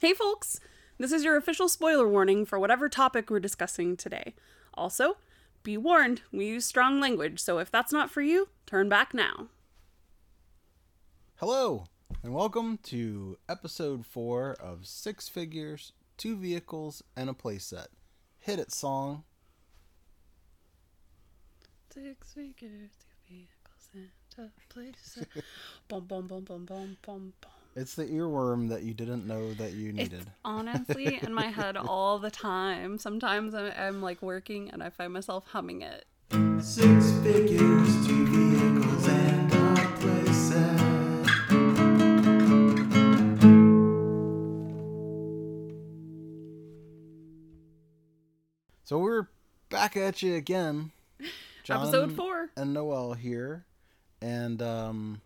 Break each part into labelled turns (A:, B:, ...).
A: Hey, folks! This is your official spoiler warning for whatever topic we're discussing today. Also, be warned, we use strong language, so if that's not for you, turn back now.
B: Hello, and welcome to episode four of Six Figures, Two Vehicles, and a Playset. Hit it, song.
A: Six figures, two vehicles, and a place. bum, bum, bum, bum, bum, bum, bum.
B: It's the earworm that you didn't know that you
A: It's
B: needed.
A: honestly in my head all the time. Sometimes I'm, I'm like working and I find myself humming it.
B: Six figures, two vehicles, and a playset. So we're back at you again.
A: Episode
B: John
A: four.
B: and Noel here, and um,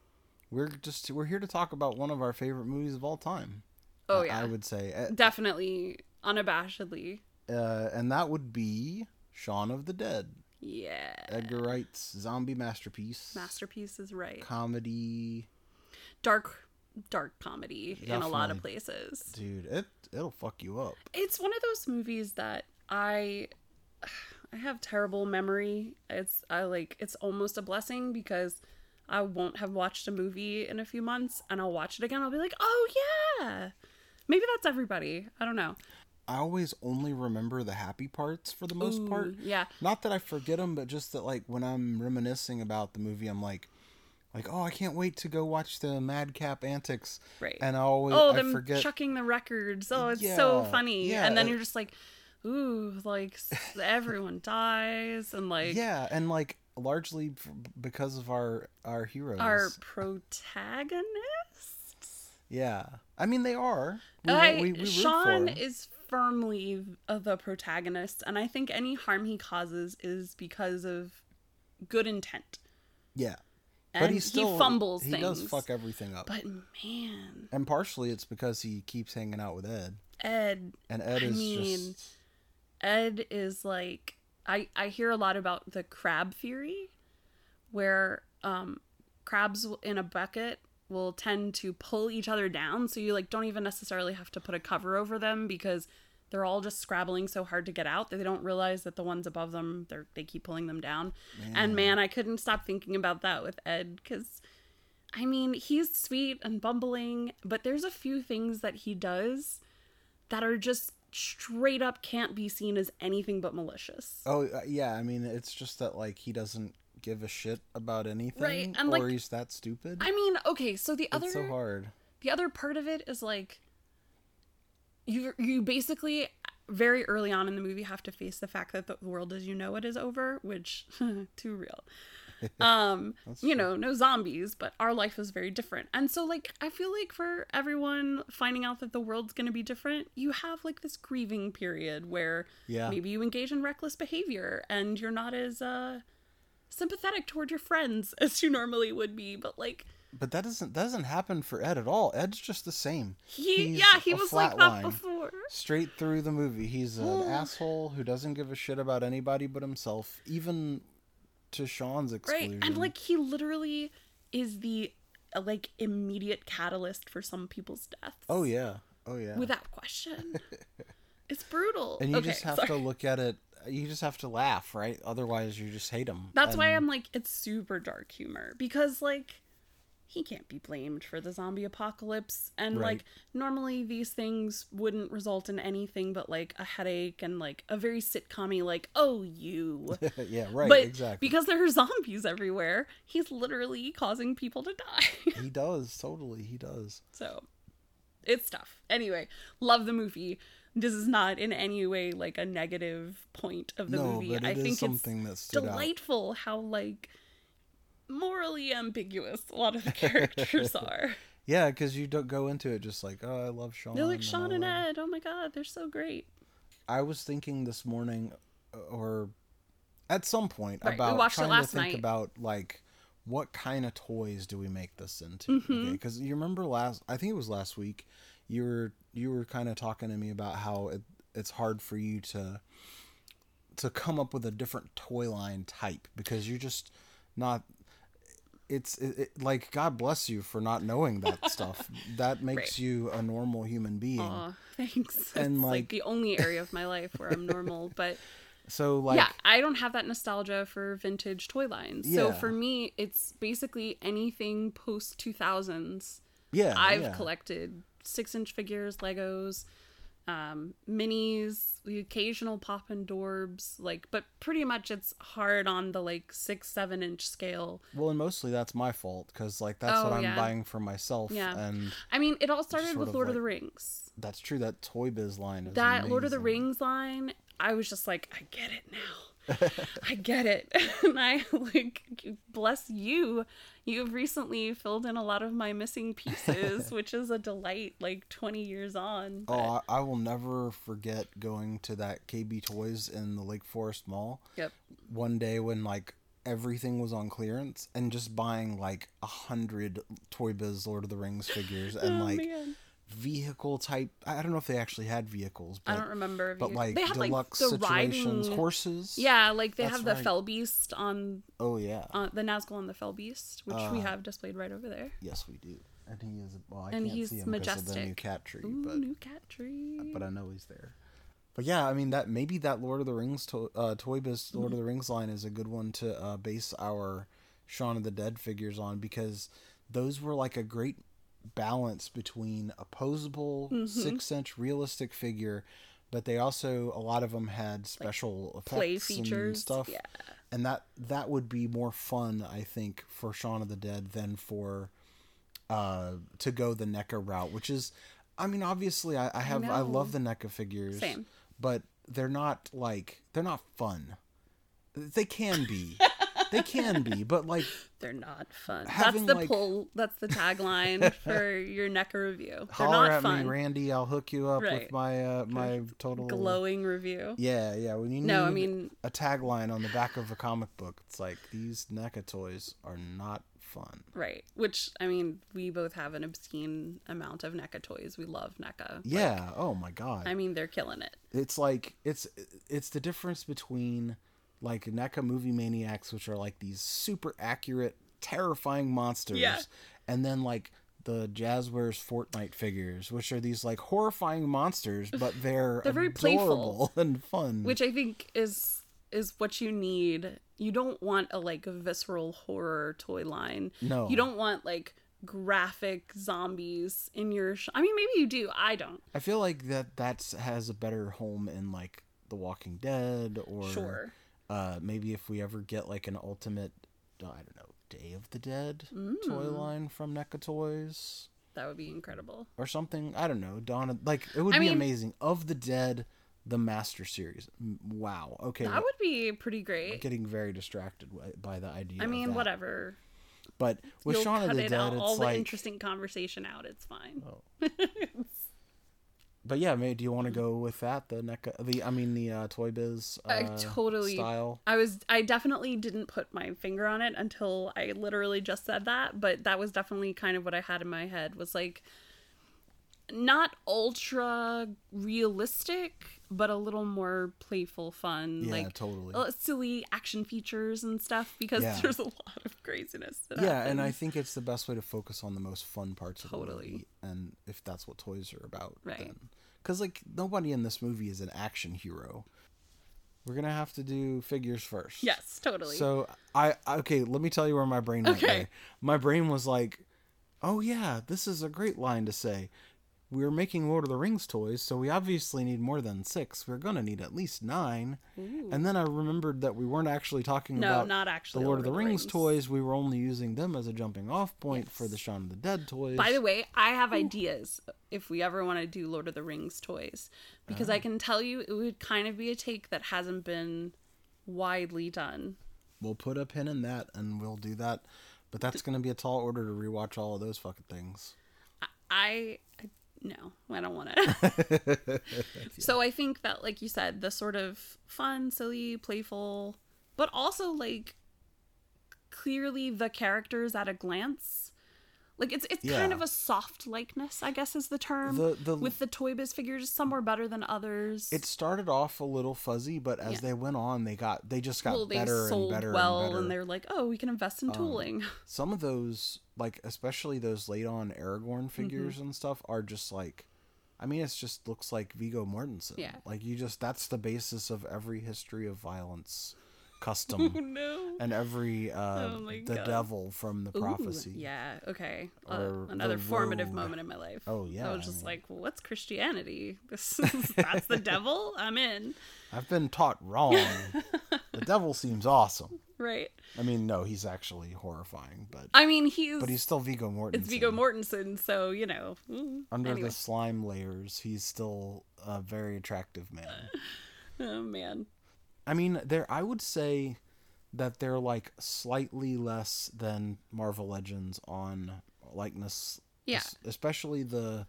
B: we're just we're here to talk about one of our favorite movies of all time.
A: Oh,
B: I-
A: yeah.
B: I would say, Uh,
A: Definitely, unabashedly.
B: uh, and that would be Shaun of the Dead,
A: Yeah.
B: Edgar Wright's zombie masterpiece,
A: Masterpiece is right.
B: comedy.
A: dark dark comedy in a lot of
B: Definitely.
A: places.
B: Dude, it it'll fuck you up.
A: It's one of those movies that I I have terrible memory. It's I like it's almost a blessing because I won't have watched a movie in a few months and I'll watch it again. I'll be like, "Oh yeah." Maybe that's everybody. I don't know.
B: I always only remember the happy parts for the most
A: Ooh,
B: part.
A: yeah.
B: Not that I forget them, but just that like when I'm reminiscing about the movie, I'm like, like oh, I can't wait to go watch the madcap antics.
A: Right.
B: And I always
A: oh,
B: I
A: them
B: forget.
A: chucking the records. Oh, it's so
B: Yeah,
A: funny.
B: yeah,
A: and then
B: it-
A: you're just like, "Ooh, like s- everyone dies and like
B: yeah, and like largely f- because of our our heroes.
A: our protagonists.
B: Yeah, I mean they are. We,
A: I,
B: we- we root
A: Sean
B: for 'em.
A: is firmly of the protagonist, and I think any harm he causes is because of good intent.
B: Yeah,
A: And
B: but he's still
A: he fumbles
B: He
A: things.
B: does fuck everything up.
A: but man,
B: and partially it's because he keeps hanging out with Ed,
A: Ed,
B: and Ed
A: I
B: is
A: mean,
B: just
A: Ed is like I I hear a lot about the crab theory, where um crabs w- in a bucket will tend to pull each other down, so you like don't even necessarily have to put a cover over them because they're all just scrabbling so hard to get out that they don't realize that the ones above them they are they keep pulling them down. And man, I couldn't stop thinking about that with Ed because. I mean, he's sweet and bumbling, but there's a few things that he does that are just straight up can't be seen as anything but malicious.
B: Oh uh, yeah, I mean it's just that like he doesn't give a shit about anything,
A: and,
B: or
A: like,
B: he's that stupid.
A: I mean, okay, so the other
B: it's so hard.
A: the other part of it is like you you basically very early on in the movie have to face the fact that the world as you know it is over, which too real. Um, you know, no zombies, but our life is very different. And so like I feel like for everyone finding out that the world's going to be different, you have like this grieving period where
B: Yeah.
A: maybe you engage in reckless behavior and you're not as uh sympathetic toward your friends as you normally would be, but like
B: But that doesn't that doesn't happen for Ed at all. Ed's just the same.
A: he
B: He's
A: yeah, he
B: a
A: was like
B: flat
A: that
B: line.
A: before.
B: Straight through the movie, he's an asshole who doesn't give a shit about anybody but himself, even to Sean's
A: Right.
B: exclusion.
A: And like he literally is the uh, like immediate catalyst for some people's deaths.
B: oh yeah, oh yeah.
A: Without question. it's brutal.
B: and you
A: okay,
B: just have
A: sorry.
B: to look at it. You just have to laugh, right? Otherwise, you just hate him.
A: That's why
B: And-
A: I'm like it's super dark humor because like he can't be blamed for the zombie apocalypse and
B: Right.
A: like normally these things wouldn't result in anything but like a headache and like a very sitcommy like oh you
B: yeah, right,
A: but
B: exactly.
A: because there are zombies everywhere he's literally causing people to die
B: he does totally. He does.
A: So it's tough. Anyway, love the movie. This is not in any way like a negative point of the
B: no,
A: movie.
B: but
A: I
B: it is
A: think it's
B: something that stood out.
A: delightful how like morally ambiguous a lot of the characters are.
B: Yeah, because you don't go into it just like, oh, I love Sean.
A: They're like
B: and
A: Sean
B: all
A: and
B: that."
A: Ed. Oh my god, they're so great.
B: I was thinking this morning, uh, or at some point,
A: Right, we
B: about
A: watched it
B: trying
A: last
B: to think
A: night.
B: about like what kind of toys do we make this into? Because
A: Mm-hmm.
B: you remember last, I think it was last week, you were you were kind of talking to me about how it, it's hard for you to to come up with a different toy line type because you're just not it's it, it, like God bless you for not knowing that stuff. That makes
A: Right.
B: you a normal human being.
A: Aw, thanks.
B: Hmm. And,
A: it's like,
B: like-
A: the only area of my life where I'm normal, but
B: So like
A: yeah, I don't have that nostalgia for vintage toy lines. So
B: Yeah.
A: for me, it's basically anything post 2000s.
B: yeah,
A: I've
B: yeah.
A: collected six inch figures, Legos, um, minis, the occasional pop and dorbs, like, but pretty much it's hard on the like six, seven inch scale.
B: Well, and mostly that's my fault because like that's
A: Oh,
B: what I'm
A: yeah.
B: buying for myself,
A: Yeah.
B: and
A: I mean, it all started
B: sort
A: with
B: of,
A: Lord of
B: like,
A: the Rings.
B: that's true. That Toy Biz line is
A: That Lord of the
B: amazing.
A: Rings line, I was just like, I get it now. I get it. and I like bless you. You've recently filled in a lot of my missing pieces, which is a delight like 20 years on. but-
B: Oh, I, I will never forget going to that KB Toys in the Lake Forest Mall
A: Yep.
B: one day when like everything was on clearance and just buying like a hundred Toy Biz Lord of the Rings figures and
A: Oh,
B: like
A: man.
B: vehicle type. I I don't know if they actually had vehicles,
A: I
B: but
A: don't remember. if
B: but
A: you-
B: like deluxe situations, horses.
A: Yeah, like they
B: That's
A: have the
B: right.
A: Fell Beast on
B: Oh yeah.
A: uh, the Nazgul on the Fell Beast, which
B: Uh.
A: we have displayed right over there.
B: yes, we do. And he is. Well, I
A: And
B: can't
A: he's
B: see him because of the new
A: majestic.
B: cat tree,
A: Ooh,
B: but
A: new cat tree.
B: but I know he's there. But yeah, I mean that maybe that Lord of the Rings to- uh, toy biz
A: Mm-hmm.
B: Lord of the Rings line is a good one to uh, base our Shaun of the Dead figures on because those were like a great balance between opposable
A: Mm-hmm.
B: six inch realistic figure, but they also a lot of them had special effects
A: play
B: and
A: features,
B: stuff.
A: yeah.
B: And that that would be more fun, I think, for Shaun of the Dead than for uh to go the NECA route, which is I mean, obviously I, I have I,
A: know.
B: love the NECA figures.
A: Same.
B: But they're not like they're not fun. They can be. they can be, but like
A: They're not fun. That's
B: Having,
A: the
B: like-
A: pull. That's the tagline for your NECA review. They're
B: holler
A: not
B: at
A: fun.
B: me, Randy, I'll hook you up
A: Right.
B: with my uh my total
A: Glowing review.
B: Yeah, yeah. When you need
A: No, I mean-
B: a tagline on the back of a comic book, it's like these NECA toys are not fun.
A: Right. Which I mean, we both have an obscene amount of NECA toys. We love NECA.
B: Yeah. Mm. oh my god.
A: I mean, they're killing it.
B: it's like it's it's the difference between like NECA movie maniacs, which are like these super accurate, terrifying monsters,
A: Yeah.
B: and then like the Jazzwares Fortnite figures, which are these like horrifying monsters, but they're,
A: They're very
B: adorable and fun.
A: which I think is is what you need. You don't want a like visceral horror toy line.
B: No.
A: You don't want like graphic zombies in your sh- I mean maybe you do. I don't.
B: I feel like that that's has a better home in like The Walking Dead or
A: Sure.
B: uh, maybe if we ever get like an ultimate, uh, I don't know, Day of the Dead
A: Mm.
B: toy line from NECA Toys.
A: That would be incredible.
B: or something. I don't know. Dawn of, like it would
A: I
B: be
A: mean-
B: amazing. Of the Dead, the Master series. M- Wow. Okay.
A: That would be pretty
B: I'm
A: great.
B: getting very distracted wi- by the idea.
A: I
B: of
A: mean,
B: that.
A: whatever.
B: But with
A: You'll
B: Shaun of
A: cut
B: the
A: it out
B: Dead,
A: all
B: it's
A: the
B: like.
A: interesting conversation out. It's fine.
B: But yeah, maybe do you want to go with that? The NECA, the I mean the uh, Toy Biz. Uh,
A: I totally
B: style.
A: I was I definitely didn't put my finger on it until I literally just said that, but that was definitely kind of what I had in my head was like not ultra realistic, but a little more playful fun,
B: Yeah,
A: like
B: totally.
A: uh, silly action features and stuff because
B: Yeah.
A: there's a lot of craziness. That
B: yeah, and I
A: happens.
B: think it's the best way to focus on the most fun parts of
A: Totally.
B: the movie, and if that's what toys are about,
A: Right.
B: Because like nobody in this movie is an action hero. We're gonna have to do figures first.
A: yes, totally.
B: So I I- okay, let me tell you where my brain went.
A: Okay.
B: there. My brain was like, "Oh yeah, this is a great line to say. We're making Lord of the Rings toys, so we obviously need more than 6. We're going to need at least 9." And then I remembered that we weren't actually talking
A: No,
B: about
A: not actually
B: the Lord of the Rings, toys. We were only using them as a jumping off point for the Shaun of the Dead toys.
A: By the way, I have ideas if we ever want to do Lord of the Rings toys because
B: Uh-huh.
A: I can tell you it would kind of be a take that hasn't been widely done.
B: we'll put a pin in that and we'll do that. But that's going to be a tall order to rewatch all of those fucking things.
A: I, I no, I don't want to. So I think that like you said, the sort of fun, silly, playful, but also like clearly the characters at a glance Like it's it's
B: Yeah.
A: kind of a soft likeness, I guess is the term.
B: The- the-
A: Um, with the Toy Biz figures, some are better than others.
B: It started off a little fuzzy, but as
A: Yeah.
B: they went on, they got they just got
A: well, they
B: better and
A: sold
B: better
A: well,
B: and
A: and,
B: better. Um,
A: they're like, oh, we can invest in tooling.
B: Some of those, like especially those late on
A: Mm-hmm.
B: Aragorn figures and stuff, are just like, I mean, it's just looks like Vigo Mortensen.
A: Yeah.
B: like you just that's the basis of every history of violence, custom,
A: no.
B: and every uh,
A: Oh my
B: the
A: God.
B: devil from the
A: Ooh,
B: prophecy.
A: yeah. Okay. Uh,
B: Or
A: another
B: the
A: formative
B: road.
A: moment in my life.
B: Oh, yeah,
A: I
B: I
A: was just
B: mean-
A: like, well, what's Christianity? This is, that's the devil. I'm in.
B: I've been taught wrong. the devil seems awesome.
A: Right.
B: I mean, no, he's actually horrifying, but
A: I mean, he's,
B: but he's still Vigo Mortensen.
A: it's Viggo Mortensen, so you know. mm,
B: Under
A: anyway.
B: the slime layers, he's still a very attractive man.
A: Oh man.
B: I mean, there I would say that they're like slightly less than Marvel Legends on likeness.
A: Yeah.
B: es- Especially the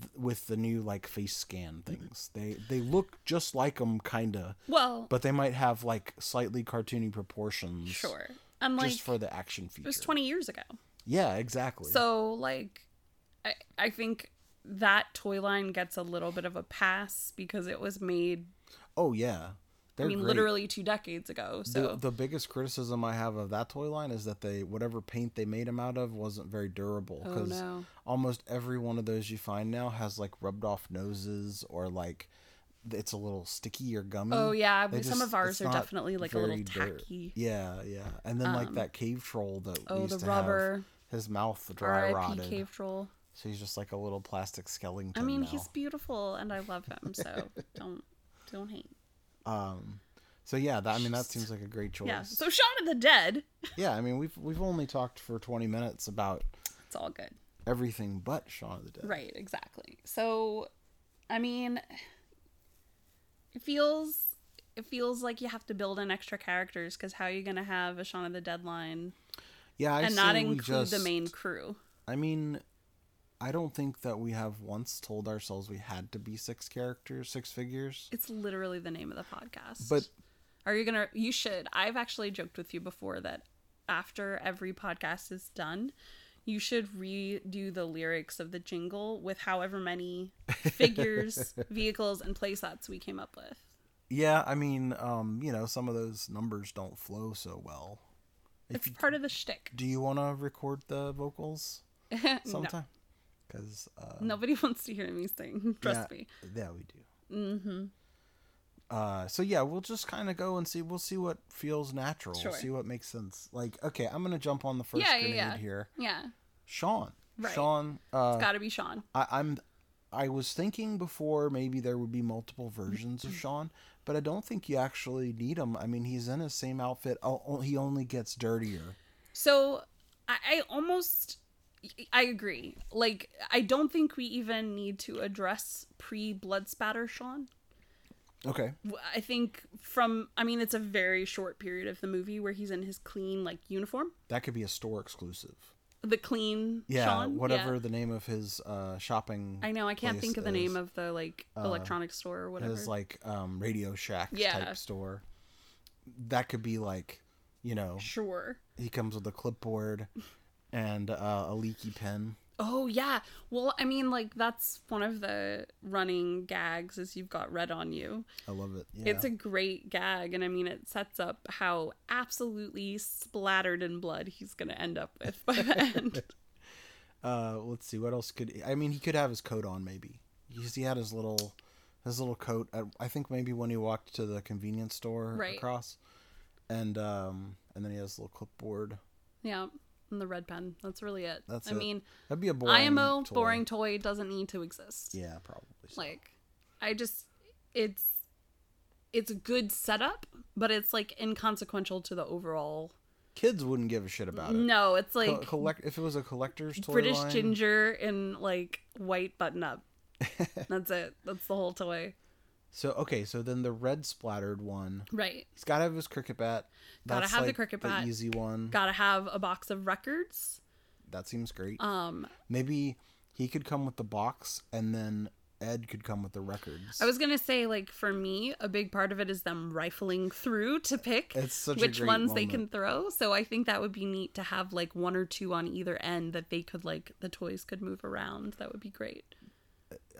B: th- with the new like face scan things. They they look just like them kinda,
A: Well,
B: but they might have like slightly cartoony proportions.
A: sure. And like
B: Just for the action
A: it
B: feature.
A: was 20 years ago.
B: Yeah, exactly.
A: So like I I think that toy line gets a little bit of a pass because it was made
B: oh yeah. They're
A: I mean
B: great.
A: literally 2 decades ago. So
B: The, the biggest criticism I have of that toy line is that they whatever paint they made them out of wasn't very durable
A: Oh,
B: because
A: no.
B: almost every one of those you find now has like rubbed off noses or like it's a little sticky or gummy.
A: Oh yeah,
B: They
A: we- some
B: just-
A: of ours
B: it's
A: are
B: not
A: definitely like a little
B: very dur-
A: tacky. Um,
B: yeah, yeah, and then like that cave troll that we
A: oh,
B: used
A: the
B: to
A: rubber.
B: have, his mouth dry
A: R.I.P.
B: rotted,
A: Cave Troll.
B: so he's just like a little plastic skeleton.
A: I mean,
B: now.
A: he's beautiful and I love him, so don't don't hate.
B: um, so yeah, that I mean that seems like a great choice.
A: Yeah. So Shaun of the Dead,
B: yeah, I mean we've we've only talked for twenty minutes about
A: it's all good.
B: everything but Shaun of the Dead.
A: Right, exactly. So, I mean, it feels it feels like you have to build in extra characters because how are you going to have a Shaun of the Dead line
B: Yeah, I
A: and not
B: say we
A: include
B: just,
A: the main crew?
B: I mean, I don't think that we have once told ourselves we had to be six characters, six figures.
A: It's literally the name of the podcast.
B: But
A: are you gonna? You should. I've actually joked with you before that after every podcast is done. You should redo the lyrics of the jingle with however many figures, vehicles, and playsets we came up with.
B: yeah, I mean, um, you know, some of those numbers don't flow so well.
A: It's part of the shtick.
B: Do you want to record the vocals
A: No.
B: sometime? Because uh,
A: Nobody wants to hear me sing. Trust
B: yeah,
A: me.
B: yeah, we do. Mm-hmm. Uh, so yeah, we'll just kind of go and see. We'll see what feels natural.
A: Sure.
B: We'll see what makes sense. Like, okay, I'm gonna jump on the first
A: Yeah, yeah,
B: grenade
A: yeah.
B: here.
A: Yeah.
B: Sean.
A: Right.
B: Sean. Uh,
A: It's got to be Sean.
B: I, I'm. I was thinking before maybe there would be multiple versions of Sean, but I don't think you actually need him. I mean, he's in his same outfit. o- o- He only gets dirtier.
A: So I, I almost. I agree. Like, I don't think we even need to address pre blood spatter Sean.
B: Okay.
A: W- I think from. I mean, it's a very short period of the movie where he's in his clean, like, uniform.
B: That could be a store exclusive.
A: The clean
B: Yeah,
A: Sean. yeah.
B: whatever the name of his uh, shopping.
A: I know. I can't
B: place
A: think of the
B: is. Uh,
A: name of the, like, electronics store or whatever.
B: His like um, Radio Shack
A: Yeah.
B: type store. That could be like, you know,
A: sure.
B: he comes with a clipboard and uh, a leaky pen.
A: Oh yeah. Well, I mean, like that's one of the running gags is you've got red on you.
B: I love it. Yeah.
A: It's a great gag, and I mean, it sets up how absolutely splattered in blood he's gonna end up with by the end.
B: Uh, let's see what else could I mean he could have his coat on maybe because he had his little his little coat. At, I think maybe when he walked to the convenience store
A: Right.
B: across, and um and then he has a little clipboard.
A: yeah, and the red pen. That's really it.
B: That's
A: I
B: it.
A: mean,
B: That'd be a boring
A: IMO
B: toy.
A: boring toy doesn't need to exist.
B: Yeah, probably. so.
A: Like, I just it's it's a good setup, but it's like inconsequential to the overall.
B: Kids wouldn't give a shit about it.
A: No, it's
B: Co-
A: like
B: collect if it was a collector's toy
A: British
B: line,
A: ginger in like white button up. That's it. That's the whole toy.
B: So okay, so then the red splattered one.
A: Right.
B: He's got to have his cricket bat.
A: Gotta have the
B: like,
A: cricket bat.
B: easy one.
A: Gotta have a box of records.
B: that seems great.
A: Um,
B: Maybe he could come with the box and then Ed could come with the records.
A: I was gonna say, like for me, a big part of it is them rifling through to pick
B: It's such a
A: which
B: great
A: ones they
B: moment.
A: can throw. So I think that would be neat to have like one or two on either end that they could like the toys could move around. That would be great.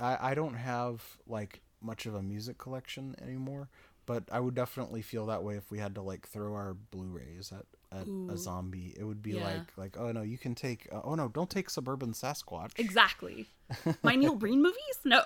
B: I, I don't have like much of a music collection anymore, but I would definitely feel that way if we had to like throw our Blu-rays at, at
A: Ooh.
B: a zombie. It would be
A: Yeah.
B: like like oh no, you can take uh, oh no, don't take Suburban Sasquatch.
A: Exactly. My Neil Breen movies? No.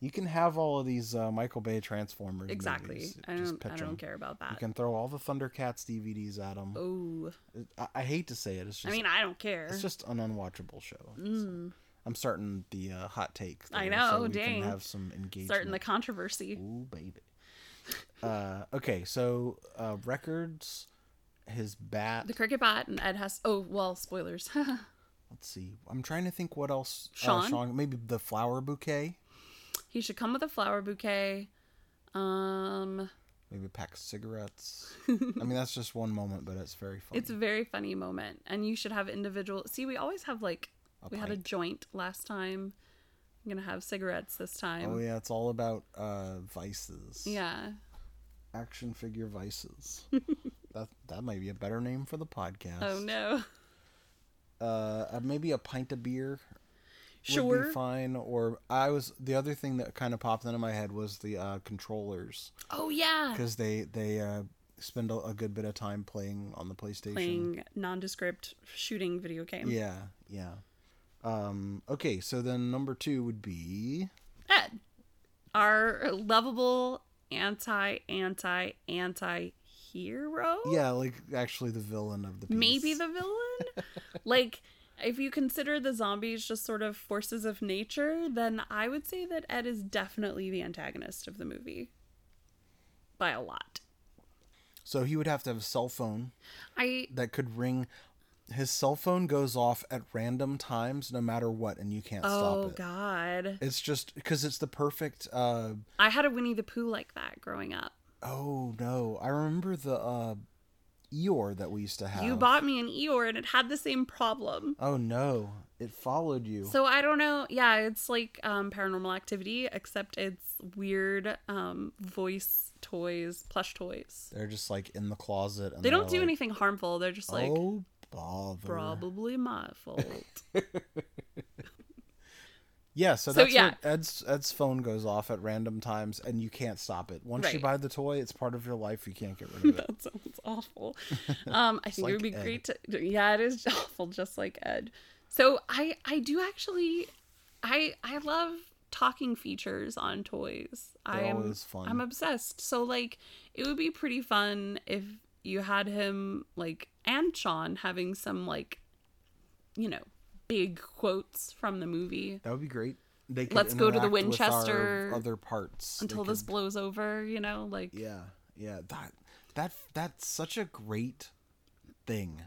B: You can have all of these uh, Michael Bay Transformers.
A: Exactly.
B: movies.
A: I don't. I
B: pitch
A: don't
B: 'em.
A: care about
B: You
A: that.
B: can throw all the Thundercats DVDs at them.
A: Oh,
B: I, I hate to say it. It's
A: I
B: just
A: mean, I don't care.
B: it's just an unwatchable show.
A: Mm,
B: I'm starting the uh, hot take.
A: I
B: there,
A: know,
B: So we
A: dang.
B: Can have some engagement.
A: starting the controversy.
B: Ooh, baby. Uh, okay, so uh, records, his bat.
A: The cricket bat and Ed has. Oh well, spoilers.
B: Let's see. I'm trying to think what else.
A: Sean?
B: Uh, Sean maybe the flower bouquet.
A: he should come with a flower bouquet. Um,
B: Maybe a pack of cigarettes. I mean, that's just one moment, but it's very funny.
A: it's a very funny moment, and you should have individual. See, we always have like
B: A
A: we had a
B: pipe.
A: joint last time. I'm gonna have cigarettes this time.
B: Oh yeah, it's all about uh, vices.
A: yeah.
B: Action figure vices. that that might be a better name for the podcast.
A: Oh no.
B: Uh, uh, maybe a pint of beer would
A: Sure.
B: be fine. Or I was the other thing that kind of popped into my head was the uh, controllers.
A: Oh yeah.
B: because they they uh, spend a, a good bit of time playing on the PlayStation.
A: Playing nondescript shooting video game.
B: Yeah, yeah. Um, okay, so then number two would be
A: Ed, our lovable anti anti anti hero.
B: yeah, like actually the villain of the piece.
A: maybe the villain. like, if you consider the zombies just sort of forces of nature, then I would say that Ed is definitely the antagonist of the movie by a lot.
B: so he would have to have a cell phone
A: I
B: that could ring. His cell phone goes off at random times, no matter what, and you can't
A: oh
B: stop it.
A: god,
B: It's just because it's the perfect. Uh,
A: I had a Winnie the Pooh like that growing up.
B: oh no, I remember the uh, Eeyore that we used to have.
A: You bought me an Eeyore, and it had the same problem.
B: Oh no, it followed you.
A: So I don't know. Yeah, it's like um, paranormal activity, except it's weird um, voice toys, plush toys.
B: They're just like in the closet. And
A: They don't do
B: they're like,
A: anything harmful. They're just like
B: oh bother.
A: probably my fault.
B: Yeah, so
A: So,
B: that's
A: yeah.
B: what Ed's Ed's phone goes off at random times, and you can't stop it. Once you
A: Right.
B: buy the toy, it's part of your life. You can't get rid of it.
A: that sounds awful. Um, I think it would
B: like
A: be
B: Ed.
A: great to. Yeah, it is awful, just like Ed. So I I do actually, I I love talking features on toys. I
B: They're
A: am
B: always fun.
A: I'm obsessed. So like it would be pretty fun if you had him like and Sean having some like, you know, big quotes from the movie
B: that would be great. They could
A: Let's go to the
B: interact with our
A: Winchester
B: other parts They
A: until this
B: could-
A: blows over. You know, like
B: Yeah, yeah. That that that's such a great thing.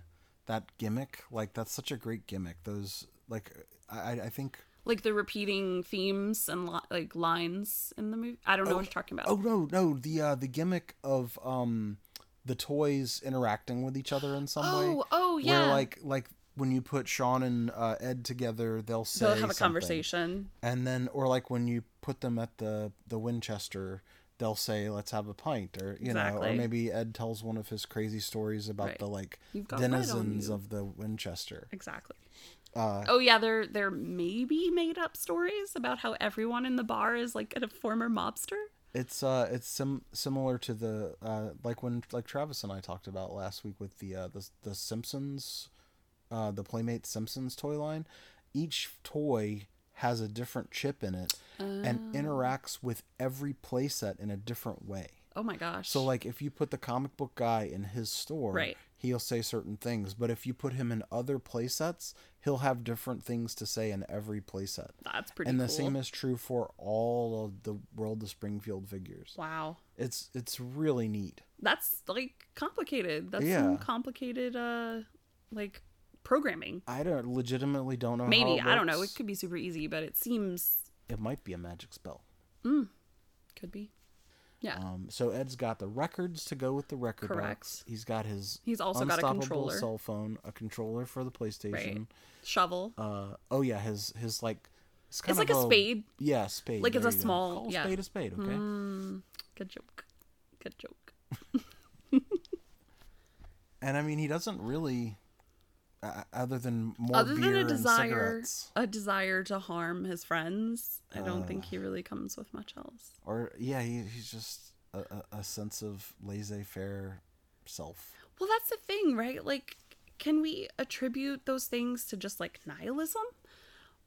B: That gimmick, like that's such a great gimmick. Those like I I- I think
A: like the repeating themes and li- like lines in the movie. I don't know what you're talking about.
B: Oh no, no, the uh the gimmick of um the toys interacting with each other in some way.
A: Oh, oh, yeah.
B: Where like like when you put Sean and uh, Ed together, they'll say
A: They'll have a
B: something.
A: conversation.
B: and then or like when you put them at the the Winchester, they'll say let's have a pint or you know or
A: Exactly.
B: maybe Ed tells one of his crazy stories about
A: Right.
B: the like
A: You've got red on
B: denizens
A: you.
B: of the Winchester.
A: Exactly.
B: Uh,
A: Oh yeah, they're they're maybe made up stories about how everyone in the bar is like a former mobster.
B: It's uh, it's sim- similar to the uh, like when like Travis and I talked about last week with the uh, the the Simpsons, uh, the Playmate Simpsons toy line. Each toy has a different chip in it and
A: Oh.
B: interacts with every playset in a different way.
A: Oh my gosh.
B: So like if you put the comic book guy in his store,
A: Right.
B: he'll say certain things, but if you put him in other playsets, he'll have different things to say in every playset.
A: that's pretty
B: and the
A: cool.
B: same is true for all of the World of Springfield figures.
A: wow.
B: It's it's really neat.
A: That's like complicated. That's
B: Yeah.
A: some complicated uh like programming.
B: I don't legitimately don't know. how
A: Maybe,
B: it
A: I don't know.
B: Uh-huh, works.
A: It could be super easy, but it seems
B: It might be a magic spell.
A: could be. Yeah.
B: Um, so Ed's got the records to go with the record
A: Correct.
B: box. He's got his.
A: He's also got a
B: unstoppable
A: controller.
B: cell phone, a controller for the PlayStation.
A: Shovel.
B: Uh, oh yeah, his his like
A: It's, like a, spade.
B: Yeah, spade.
A: Like, it's
B: there
A: a
B: you go.
A: small-
B: Call a
A: yeah.
B: spade a spade. Okay.
A: Mm, good joke. Good joke.
B: And I mean, he doesn't really, uh, other than more
A: Other
B: beer
A: than a
B: and
A: desire,
B: cigarettes,
A: a desire to harm his friends, I don't think he really comes with much else.
B: or yeah, he, he's just a, a, a sense of laissez-faire self.
A: Well, that's the thing, right? Like, can we attribute those things to just like nihilism?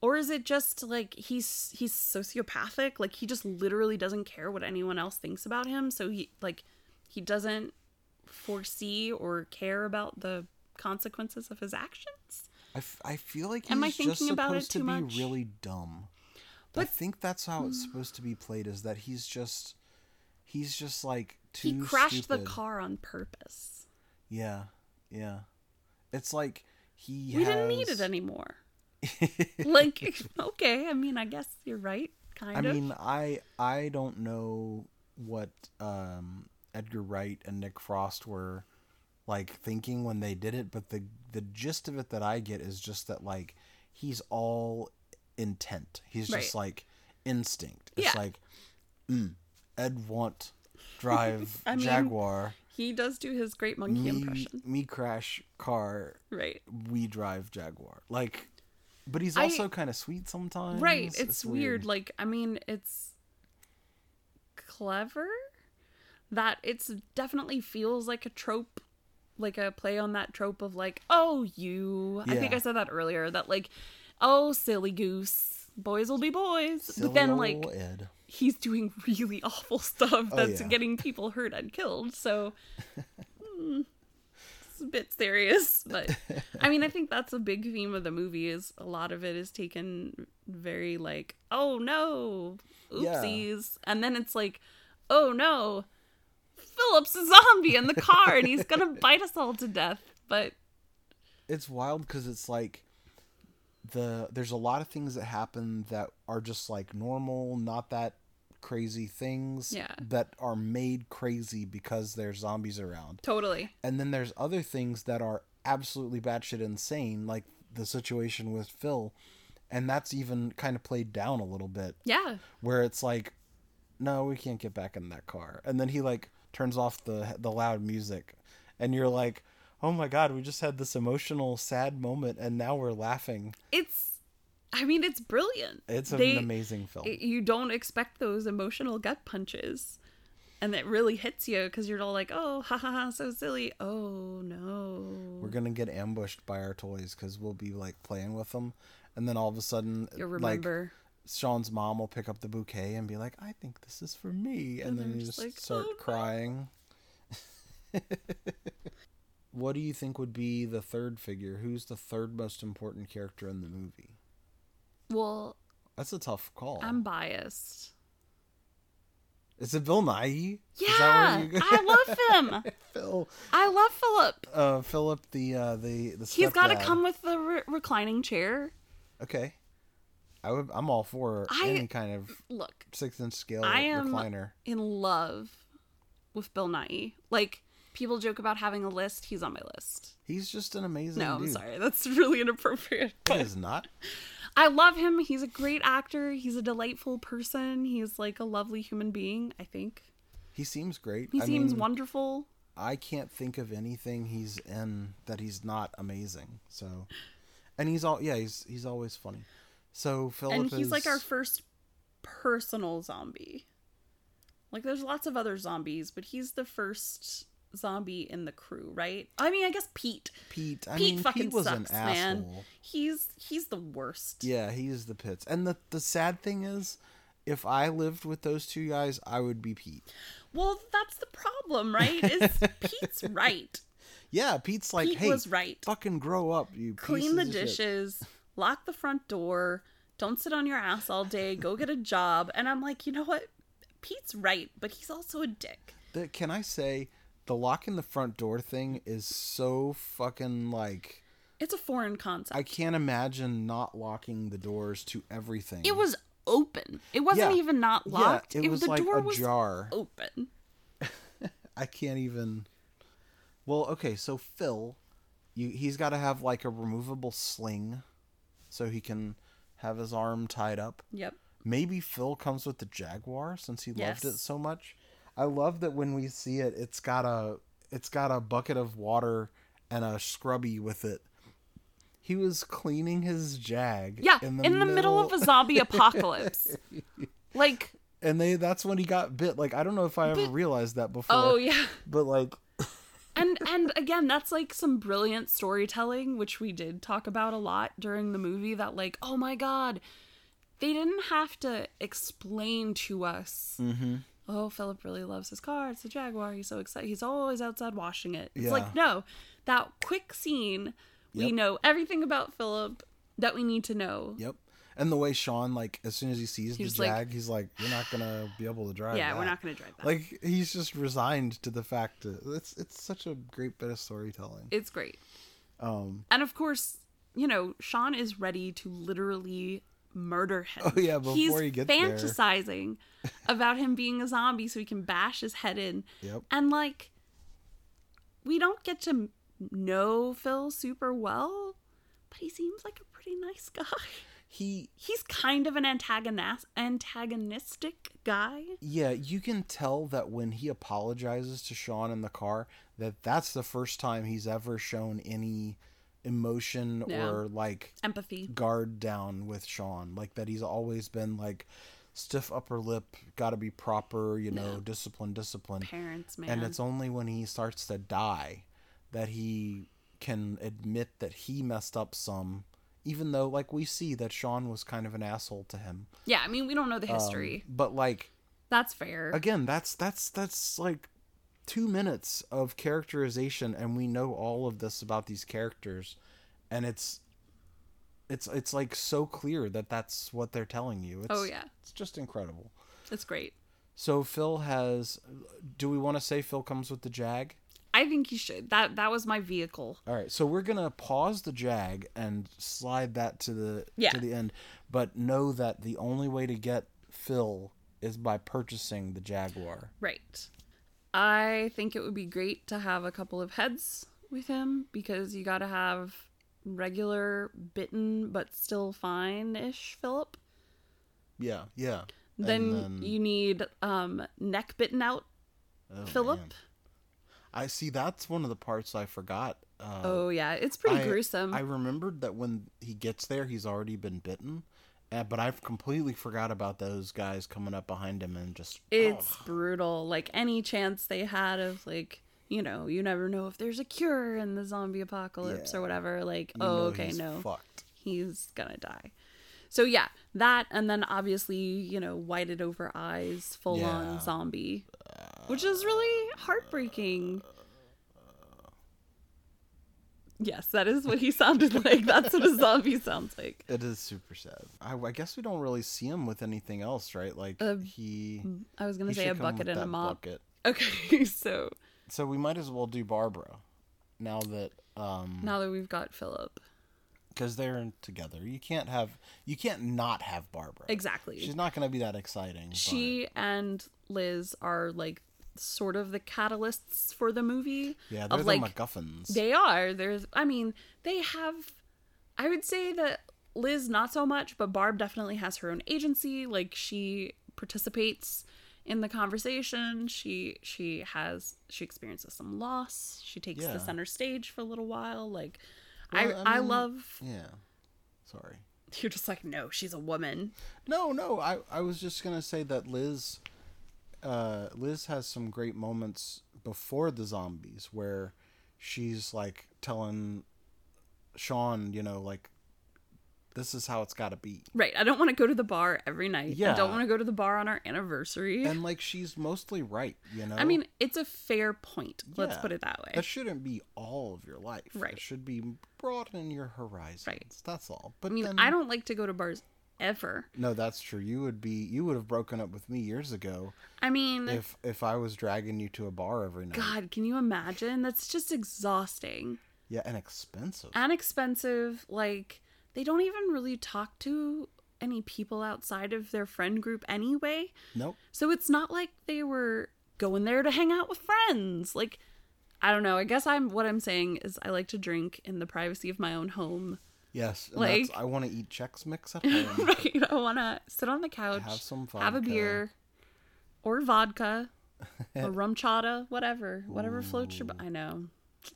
A: Or is it just like he's he's sociopathic? Like he just literally doesn't care what anyone else thinks about him, so he like he doesn't foresee or care about the consequences of his actions?
B: I, f- I feel like he's
A: Am I
B: just
A: thinking about it
B: supposed
A: too
B: to be
A: much?
B: really dumb. I
A: But- Hmm.
B: think that's how it's supposed to be played. Is that he's just, he's just like too.
A: He crashed
B: stupid.
A: the car on purpose.
B: Yeah, yeah. It's like he.
A: We didn't need
B: has-
A: it anymore. like, okay, I mean, I guess you're right, kind
B: I
A: of.
B: mean, I I don't know what um, Edgar Wright and Nick Frost were like thinking when they did it, but the the gist of it that I get is just that like he's all intent. He's just
A: Right.
B: like instinct. It's
A: Yeah.
B: like mm, Ed want drive
A: I mean,
B: Jaguar.
A: he does do his great monkey
B: Me,
A: impression,
B: me crash car.
A: right?
B: We drive Jaguar. Like, but he's
A: I-
B: also kind of sweet sometimes.
A: Right. It's, weird. Like, I mean, it's clever that it's definitely feels like a trope, like a play on that trope of like, oh, you. I think
B: Yeah.
A: I said that earlier. That like, oh, silly goose, boys will be boys.
B: Silly
A: but then like,
B: ol' Ed.
A: he's doing really awful stuff that's
B: Oh, yeah.
A: getting people hurt and killed. So mm, it's a bit serious, but I mean, I think that's a big theme of the movie is a lot of it is taken very like, oh no,
B: Yeah.
A: oopsies, and then it's like, oh no, Philip's a zombie in the car and he's gonna bite us all to death. But
B: it's wild because it's like the there's a lot of things that happen that are just like normal, not that crazy things
A: Yeah.
B: that are made crazy because there's zombies around.
A: totally,
B: And then there's other things that are absolutely batshit insane, like the situation with Phil. And that's even kind of played down a little bit
A: yeah,
B: where it's like, no, we can't get back in that car. And then he like turns off the the loud music, and you're like, oh my god, we just had this emotional sad moment, and now we're laughing.
A: it's. I mean, it's brilliant.
B: It's an
A: They-
B: amazing film.
A: it- you don't expect those emotional gut punches and it really hits you because you're all like oh ha ha ha so silly oh no
B: we're gonna get ambushed by our toys because we'll be like playing with them, and then all of a sudden,
A: you'll
B: like
A: remember
B: Sean's mom will pick up the bouquet and be like, I think this is for me, and,
A: And
B: then
A: they're
B: you
A: just
B: just
A: like,
B: start
A: "Oh, no."
B: crying. What do you think would be the third figure? Who's the third most important character in the movie?
A: well
B: That's a tough call.
A: i'm biased
B: Is it Bill Nye? Is that
A: yeah
B: where you-
A: i love him
B: Phil,
A: i love philip
B: uh, Philip, the uh, the the.
A: he's got to
B: stepdad.
A: come with the re- reclining chair
B: Okay, I would, I'm all for
A: I-
B: any kind of
A: look
B: six inch scale
A: I am-
B: recliner.
A: in love with bill nye like people joke about having a list he's on my list
B: He's just an amazing.
A: no i'm
B: dude.
A: sorry that's really inappropriate
B: It is not.
A: I love him. He's a great actor. He's a delightful person. He's like a lovely human being, I think.
B: He seems great.
A: He
B: I
A: seems
B: mean,
A: wonderful.
B: I can't think of anything he's in that he's not amazing. So, and he's all yeah. He's he's always funny. So Philip
A: And he's like
B: is-
A: our first personal zombie. Like there's lots of other zombies, but he's the first zombie in the crew, right? I mean, I guess Pete.
B: Pete. I
A: Pete
B: mean,
A: fucking
B: Pete was
A: sucks,
B: an asshole.
A: man. He's he's the worst.
B: Yeah, he's the pits. And the the sad thing is, if I lived with those two guys, I would be Pete.
A: Well, that's the problem, right? Is Pete's right.
B: Yeah, Pete's like,
A: Pete
B: hey,
A: was right.
B: fucking grow up, you
A: clean the
B: pieces of shit."
A: dishes, lock the front door, don't sit on your ass all day, go get a job. And I'm like, you know what? Pete's right, but he's also a dick.
B: The- can I say the lock in the front door thing is so fucking like
A: It's a foreign concept.
B: I can't imagine not locking the doors to everything.
A: it was open. It wasn't
B: Yeah.
A: even not
B: Yeah,
A: locked.
B: it was
A: the
B: like
A: door
B: a
A: was
B: jar.
A: open.
B: I can't even. Well, okay, so Phil, you he's got to have like a removable sling, so he can have his arm tied up.
A: Yep.
B: Maybe Phil comes with the Jaguar since he loved it
A: Yes.
B: so much. I love that when we see it, it's got a it's got a bucket of water and a scrubby with it. He was cleaning his jag.
A: Yeah, in the, middle... of a zombie apocalypse. Like,
B: and they that's when he got bit. Like I don't know if I ever
A: But-
B: realized that before.
A: oh yeah.
B: But like
A: And and again, that's like some brilliant storytelling which we did talk about a lot during the movie that like, oh my god, they didn't have to explain to us. Oh, Philip really loves his car. It's a Jaguar. He's so excited. He's always outside washing it. It's
B: Yeah.
A: like, no, that quick scene, we
B: Yep.
A: know everything about Philip that we need to know.
B: Yep. And the way Sean, like, as soon as he sees
A: He's
B: the
A: like-
B: jag, he's like, "You're not gonna be able to drive."
A: yeah, we're
B: that."
A: not going to drive that.
B: Like he's just resigned to the fact that it's it's such a great bit of storytelling.
A: it's great.
B: Um.
A: And of course, you know, Sean is ready to literally murder him.
B: Oh, yeah, before
A: He's
B: he gets there.
A: fantasizing about him being a zombie so he can bash his head in.
B: Yep.
A: And like we don't get to m- know Phil super well, but he seems like a pretty nice guy.
B: He
A: He's kind of an antagonist antagonistic guy.
B: yeah, you can tell that when he apologizes to Sean in the car, that that's the first time he's ever shown any emotion
A: Yeah.
B: or like
A: Empathy.
B: guard down with Sean. Like that he's always been like stiff upper lip, got to be proper, you know, discipline, discipline.
A: Parents, man.
B: And it's only when he starts to die that he can admit that he messed up some, even though, like, we see that Sean was kind of an asshole to him.
A: yeah, I mean we don't know the
B: Um,
A: history.
B: but, like,
A: That's fair.
B: again, that's, that's, that's like two minutes of characterization, and we know all of this about these characters. And it's, it's, it's like so clear that that's what they're telling you. It's,
A: Oh, yeah.
B: It's just incredible.
A: It's great.
B: So Phil has, do we want to say Phil comes with the Jag?
A: I think you should. That that was my vehicle.
B: All right, so we're gonna pause the jag and slide that to the
A: Yeah.
B: to the end, but know that the only way to get Phil is by purchasing the Jaguar.
A: Right. I think it would be great to have a couple of heads with him because you got to have regular bitten but still fine ish Philip.
B: Yeah, yeah. And
A: Then, you need um neck bitten out
B: oh,
A: Philip.
B: man. I see. That's one of the parts I forgot. Uh,
A: Oh yeah, it's pretty
B: I-
A: gruesome.
B: I remembered that when he gets there, he's already been bitten, uh, but I've completely forgot about those guys coming up behind him and just.
A: it's
B: oh.
A: brutal. Like any chance they had of like you know, you never know if there's a cure in the zombie apocalypse or whatever. Like,
B: you
A: oh,
B: know
A: okay,
B: he's
A: no.
B: Fucked.
A: he's gonna die. So yeah, that and then obviously, you know, whited over eyes, full
B: Yeah.
A: on zombie. Which is really heartbreaking. Yes, that is what he sounded like. That's what a zombie sounds like.
B: It is super sad. I, I guess we don't really see him with anything else, right? Like
A: Uh,
B: he.
A: I was
B: he
A: gonna say
B: should
A: a
B: come
A: bucket
B: with
A: and a
B: that
A: mop.
B: bucket.
A: Okay, so
B: So we might as well do Barbara, now that um,
A: now that we've got Philip.
B: because they're in together. You can't have you can't not have Barbara.
A: Exactly.
B: She's not going to be that exciting.
A: she and Liz are like sort of the catalysts for the movie.
B: but, yeah, they're
A: of
B: the
A: like
B: MacGuffins.
A: They are. There's I mean, they have I would say that Liz not so much, but Barb definitely has her own agency. Like she participates in the conversation. She she has she experiences some loss. She takes
B: Yeah.
A: the center stage for a little while. Like
B: Well,
A: I
B: I
A: I
B: mean-
A: love
B: yeah, sorry.
A: you're just like, no, she's a woman.
B: No, no. I I was just going to say that Liz, uh, Liz has some great moments before the zombies where she's like telling Sean, you know, like this is how it's got to be.
A: Right. I don't want to go to the bar every night. I
B: Yeah.
A: don't want to go to the bar on our anniversary.
B: and like she's mostly right you know
A: I mean, it's a fair point. Let's
B: Yeah.
A: put it that way.
B: that shouldn't be all of your life
A: Right.
B: it should be broaden your horizons
A: Right.
B: that's all but
A: I mean,
B: then,
A: I don't like to go to bars ever.
B: no that's true you would be you would have broken up with me years ago
A: I mean,
B: if if i was dragging you to a bar every night
A: God, can you imagine? That's just exhausting
B: yeah and expensive
A: and expensive. Like, they don't even really talk to any people outside of their friend group anyway.
B: nope
A: So it's not like they were going there to hang out with friends. Like, I don't know. I guess I'm what I'm saying is I like to drink in the privacy of my own home
B: Yes, and that's-
A: Like-
B: I want to eat Chex Mix at home.
A: right? I want to sit on the couch,
B: Have some
A: have a
B: vodka.
A: beer, or vodka, a rum chata, whatever, whatever floats your. bo- I know,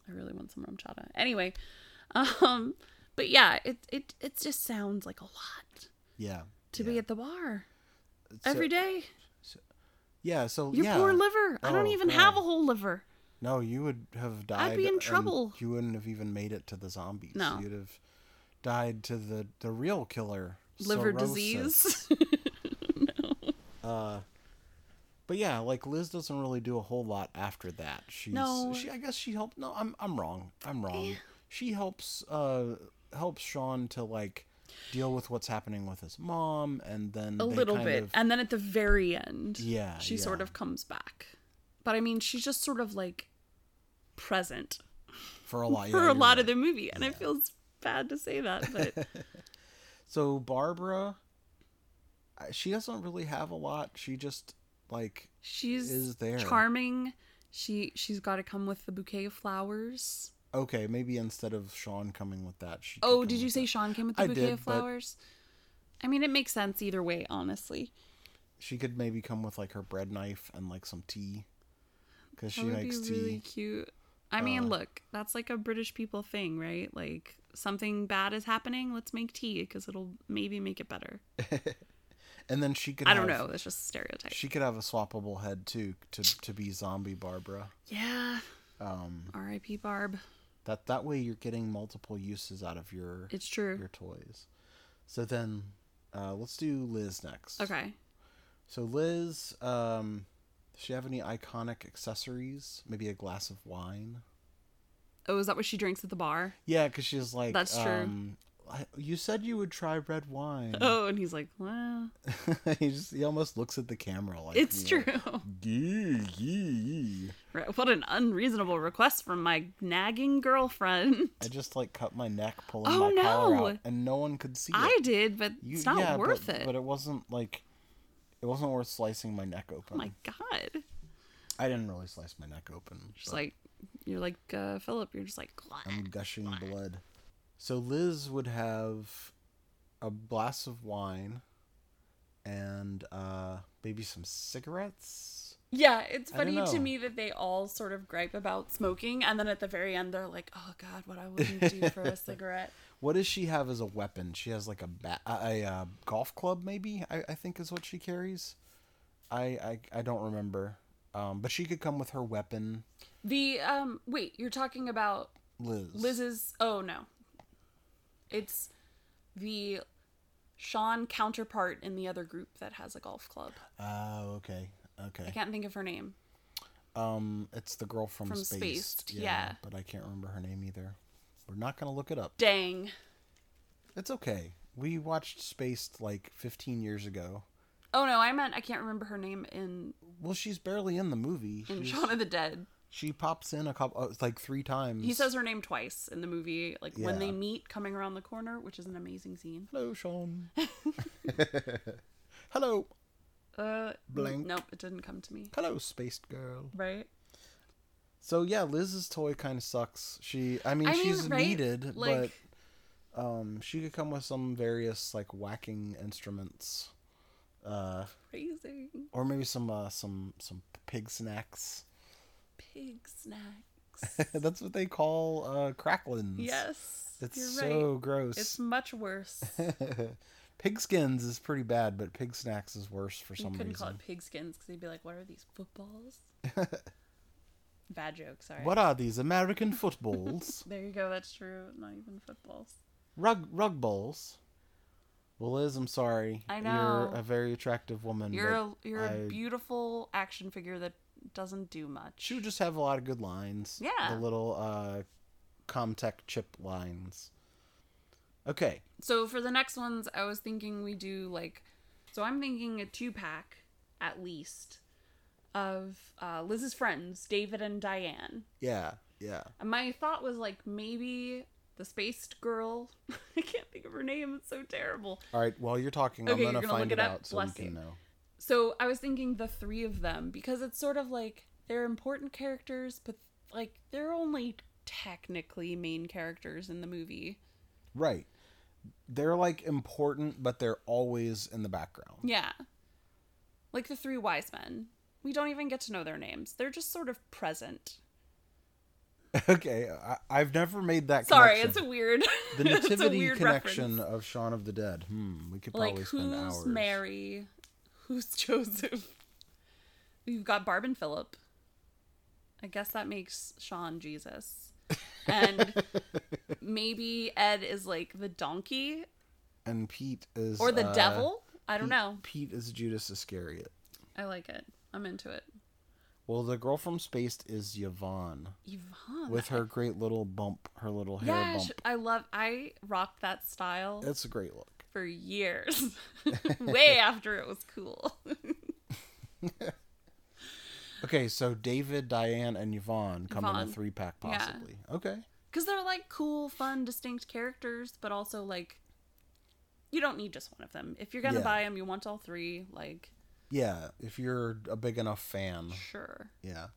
A: I really want some rum chata. Anyway, um, but yeah, it it it just sounds like a lot
B: yeah,
A: to be at the bar
B: So-
A: every day.
B: Yeah, so
A: Your
B: yeah,
A: poor liver. I don't
B: Oh,
A: even have
B: God.
A: a whole liver.
B: no, you would have died.
A: be in
B: and
A: trouble.
B: You wouldn't have even made it to the zombies.
A: No.
B: you'd have died to the the real killer.
A: Liver
B: cirrhosis.
A: disease.
B: Uh, but yeah, like Liz doesn't really do a whole lot after that. She's
A: No.
B: she I guess she helped no, I'm I'm wrong. I'm wrong. She helps uh helps Sean to like deal with what's happening with his mom and then
A: a
B: they
A: little
B: kind
A: bit
B: of-
A: and then at the very end
B: Yeah,
A: she sort
B: yeah.
A: of comes back but i mean she's just sort of like present
B: for a lot
A: for
B: yeah,
A: a
B: you're
A: lot
B: right.
A: of the movie and it feels bad to say that but
B: So Barbara I- she doesn't really have a lot. She just like
A: she's
B: Is there.
A: charming she she's got to come with the bouquet of flowers
B: okay, maybe instead of Sean coming with that, she could
A: oh
B: come
A: did you
B: with
A: say
B: that.
A: sean came with the
B: I
A: bouquet
B: did,
A: of
B: but-
A: flowers i mean it makes sense either way honestly
B: she could maybe come with like her bread knife and like some tea because
A: that
B: she
A: would
B: makes
A: be
B: tea. Uh,
A: really cute i mean look that's like a british people thing right like something bad is happening let's make tea because it'll maybe make it better
B: And then she could.
A: I don't
B: have-
A: know. It's just a stereotype.
B: She could have a swappable head too to to be zombie Barbara.
A: yeah.
B: Um,
A: R.I.P. Barb.
B: that that way you're getting multiple uses out of your
A: It's true.
B: your toys. So then, uh, let's do Liz next.
A: Okay.
B: So Liz, um, does she have any iconic accessories? Maybe a glass of wine.
A: Oh, is that what she drinks at the bar?
B: Yeah, because she's like.
A: That's true.
B: Um, I, you said you would try red wine.
A: Oh, and he's like, well,
B: he just he almost looks at the camera like.
A: it's
B: you know,
A: true.
B: "Gee, gee."
A: Right. What an unreasonable request from my nagging girlfriend.
B: I just like cut my neck pulling
A: Oh,
B: my collar
A: no.
B: out, and no one could see it.
A: I did, but
B: You-
A: it's not
B: yeah,
A: worth
B: but,
A: it. Oh
B: But it wasn't like it wasn't worth slicing my neck open.
A: oh my god.
B: I didn't really slice my neck open.
A: She's
B: but
A: like, you're like uh, Philip. You're just like, "Glad."
B: I'm gushing blood. So Liz would have a glass of wine and uh maybe some cigarettes.
A: yeah. It's
B: I don't
A: funny to
B: know.
A: me that they all sort of gripe about smoking, and then at the very end they're like, oh god, what I wouldn't do for a cigarette.
B: What does she have as a weapon? She has like a bat, a, a uh, golf club, maybe. I, I think is what she carries. I I, I don't remember. Um, but she could come with her weapon,
A: The um, wait, you're talking about
B: Liz.
A: Liz's. Oh no, it's the Sean counterpart in the other group that has a golf club.
B: Oh, okay, okay.
A: I can't think of her name.
B: Um, it's the girl from,
A: From
B: Spaced.
A: Spaced, yeah.
B: But I can't remember her name either. We're not gonna look it up.
A: Dang.
B: It's okay. We watched Spaced like 15 years ago.
A: Oh no, I meant I can't remember her name in
B: Well, she's barely in the movie.
A: in
B: She's-
A: Shaun of the Dead.
B: she pops in a couple, uh, like three times.
A: He says her name twice in the movie, like when they
B: Yeah.
A: meet coming around the corner, which is an amazing scene.
B: "Hello, Sean." Hello,
A: Uh,
B: Blank.
A: Nope, it didn't come to me.
B: hello, Spaced girl.
A: Right.
B: So yeah, Liz's toy kind of sucks. She, I mean,
A: I mean,
B: she's
A: right?
B: needed,
A: Like-
B: but um, she could come with some various like whacking instruments. Uh,
A: Crazy
B: or maybe some uh, some some pig snacks.
A: pig snacks.
B: That's what they call uh, cracklins.
A: yes,
B: it's
A: you're
B: so
A: right.
B: gross.
A: It's much worse.
B: pig skins is pretty bad, but pig snacks is worse for
A: You
B: some
A: couldn't
B: reason.
A: call it pigskins because they'd be like, "What are these footballs?" Bad joke. Sorry.
B: What are these American footballs?
A: There you go. That's true. Not even footballs.
B: rug rug balls. Well, Liz, I'm sorry.
A: I know.
B: you're a very attractive woman.
A: You're a
B: but
A: you're a
B: I-
A: beautiful action figure that doesn't do much.
B: She would just have a lot of good lines.
A: Yeah.
B: The little uh, Comtech chip lines. Okay.
A: So for the next ones, I was thinking we do like, so I'm thinking a two pack at least of uh, Liz's friends, David and Diane.
B: Yeah. Yeah.
A: And my thought was like maybe the spaced girl. I can't think of her name. It's so terrible.
B: All right. While you're talking,
A: Okay,
B: I'm
A: you're
B: gonna,
A: gonna
B: find
A: look
B: it
A: it up?
B: out so
A: Bless
B: we can
A: you.
B: know.
A: So I was thinking the three of them because it's sort of like they're important characters, but like they're only technically main characters in the movie.
B: Right. they're like important, but they're always in the background.
A: Yeah. Like the three wise men. We don't even get to know their names. They're just sort of present.
B: Okay, I, I've never made that.
A: Sorry,
B: connection.
A: it's a weird
B: the
A: it's a
B: nativity
A: weird
B: connection
A: reference.
B: of Shaun of the Dead. Hmm, we could probably
A: Like
B: spend
A: who's
B: hours.
A: Mary? Who's Joseph? We've got Barb and Philip. I guess that makes Sean Jesus. And maybe Ed is like the donkey
B: And Pete is
A: or the
B: uh,
A: devil. I don't
B: Pete-
A: know.
B: Pete is Judas Iscariot.
A: I like it. I'm into it.
B: Well, the girl from Spaced is Yvonne
A: Yvonne.
B: with her great little bump, her little hair
A: Oh, yeah,
B: bump.
A: sh- I love. I rocked that style
B: It's a great look.
A: for years, way after it was cool.
B: Okay, so David, Diane, and Yvonne come in
A: Yvonne.
B: a three pack
A: Yeah.
B: possibly. Okay.
A: Because they're like cool, fun, distinct characters, but also like you don't need just one of them. If you're gonna 'em,
B: Yeah.
A: buy them, you want all three. Like
B: Yeah, if you're a big enough fan.
A: sure,
B: Yeah.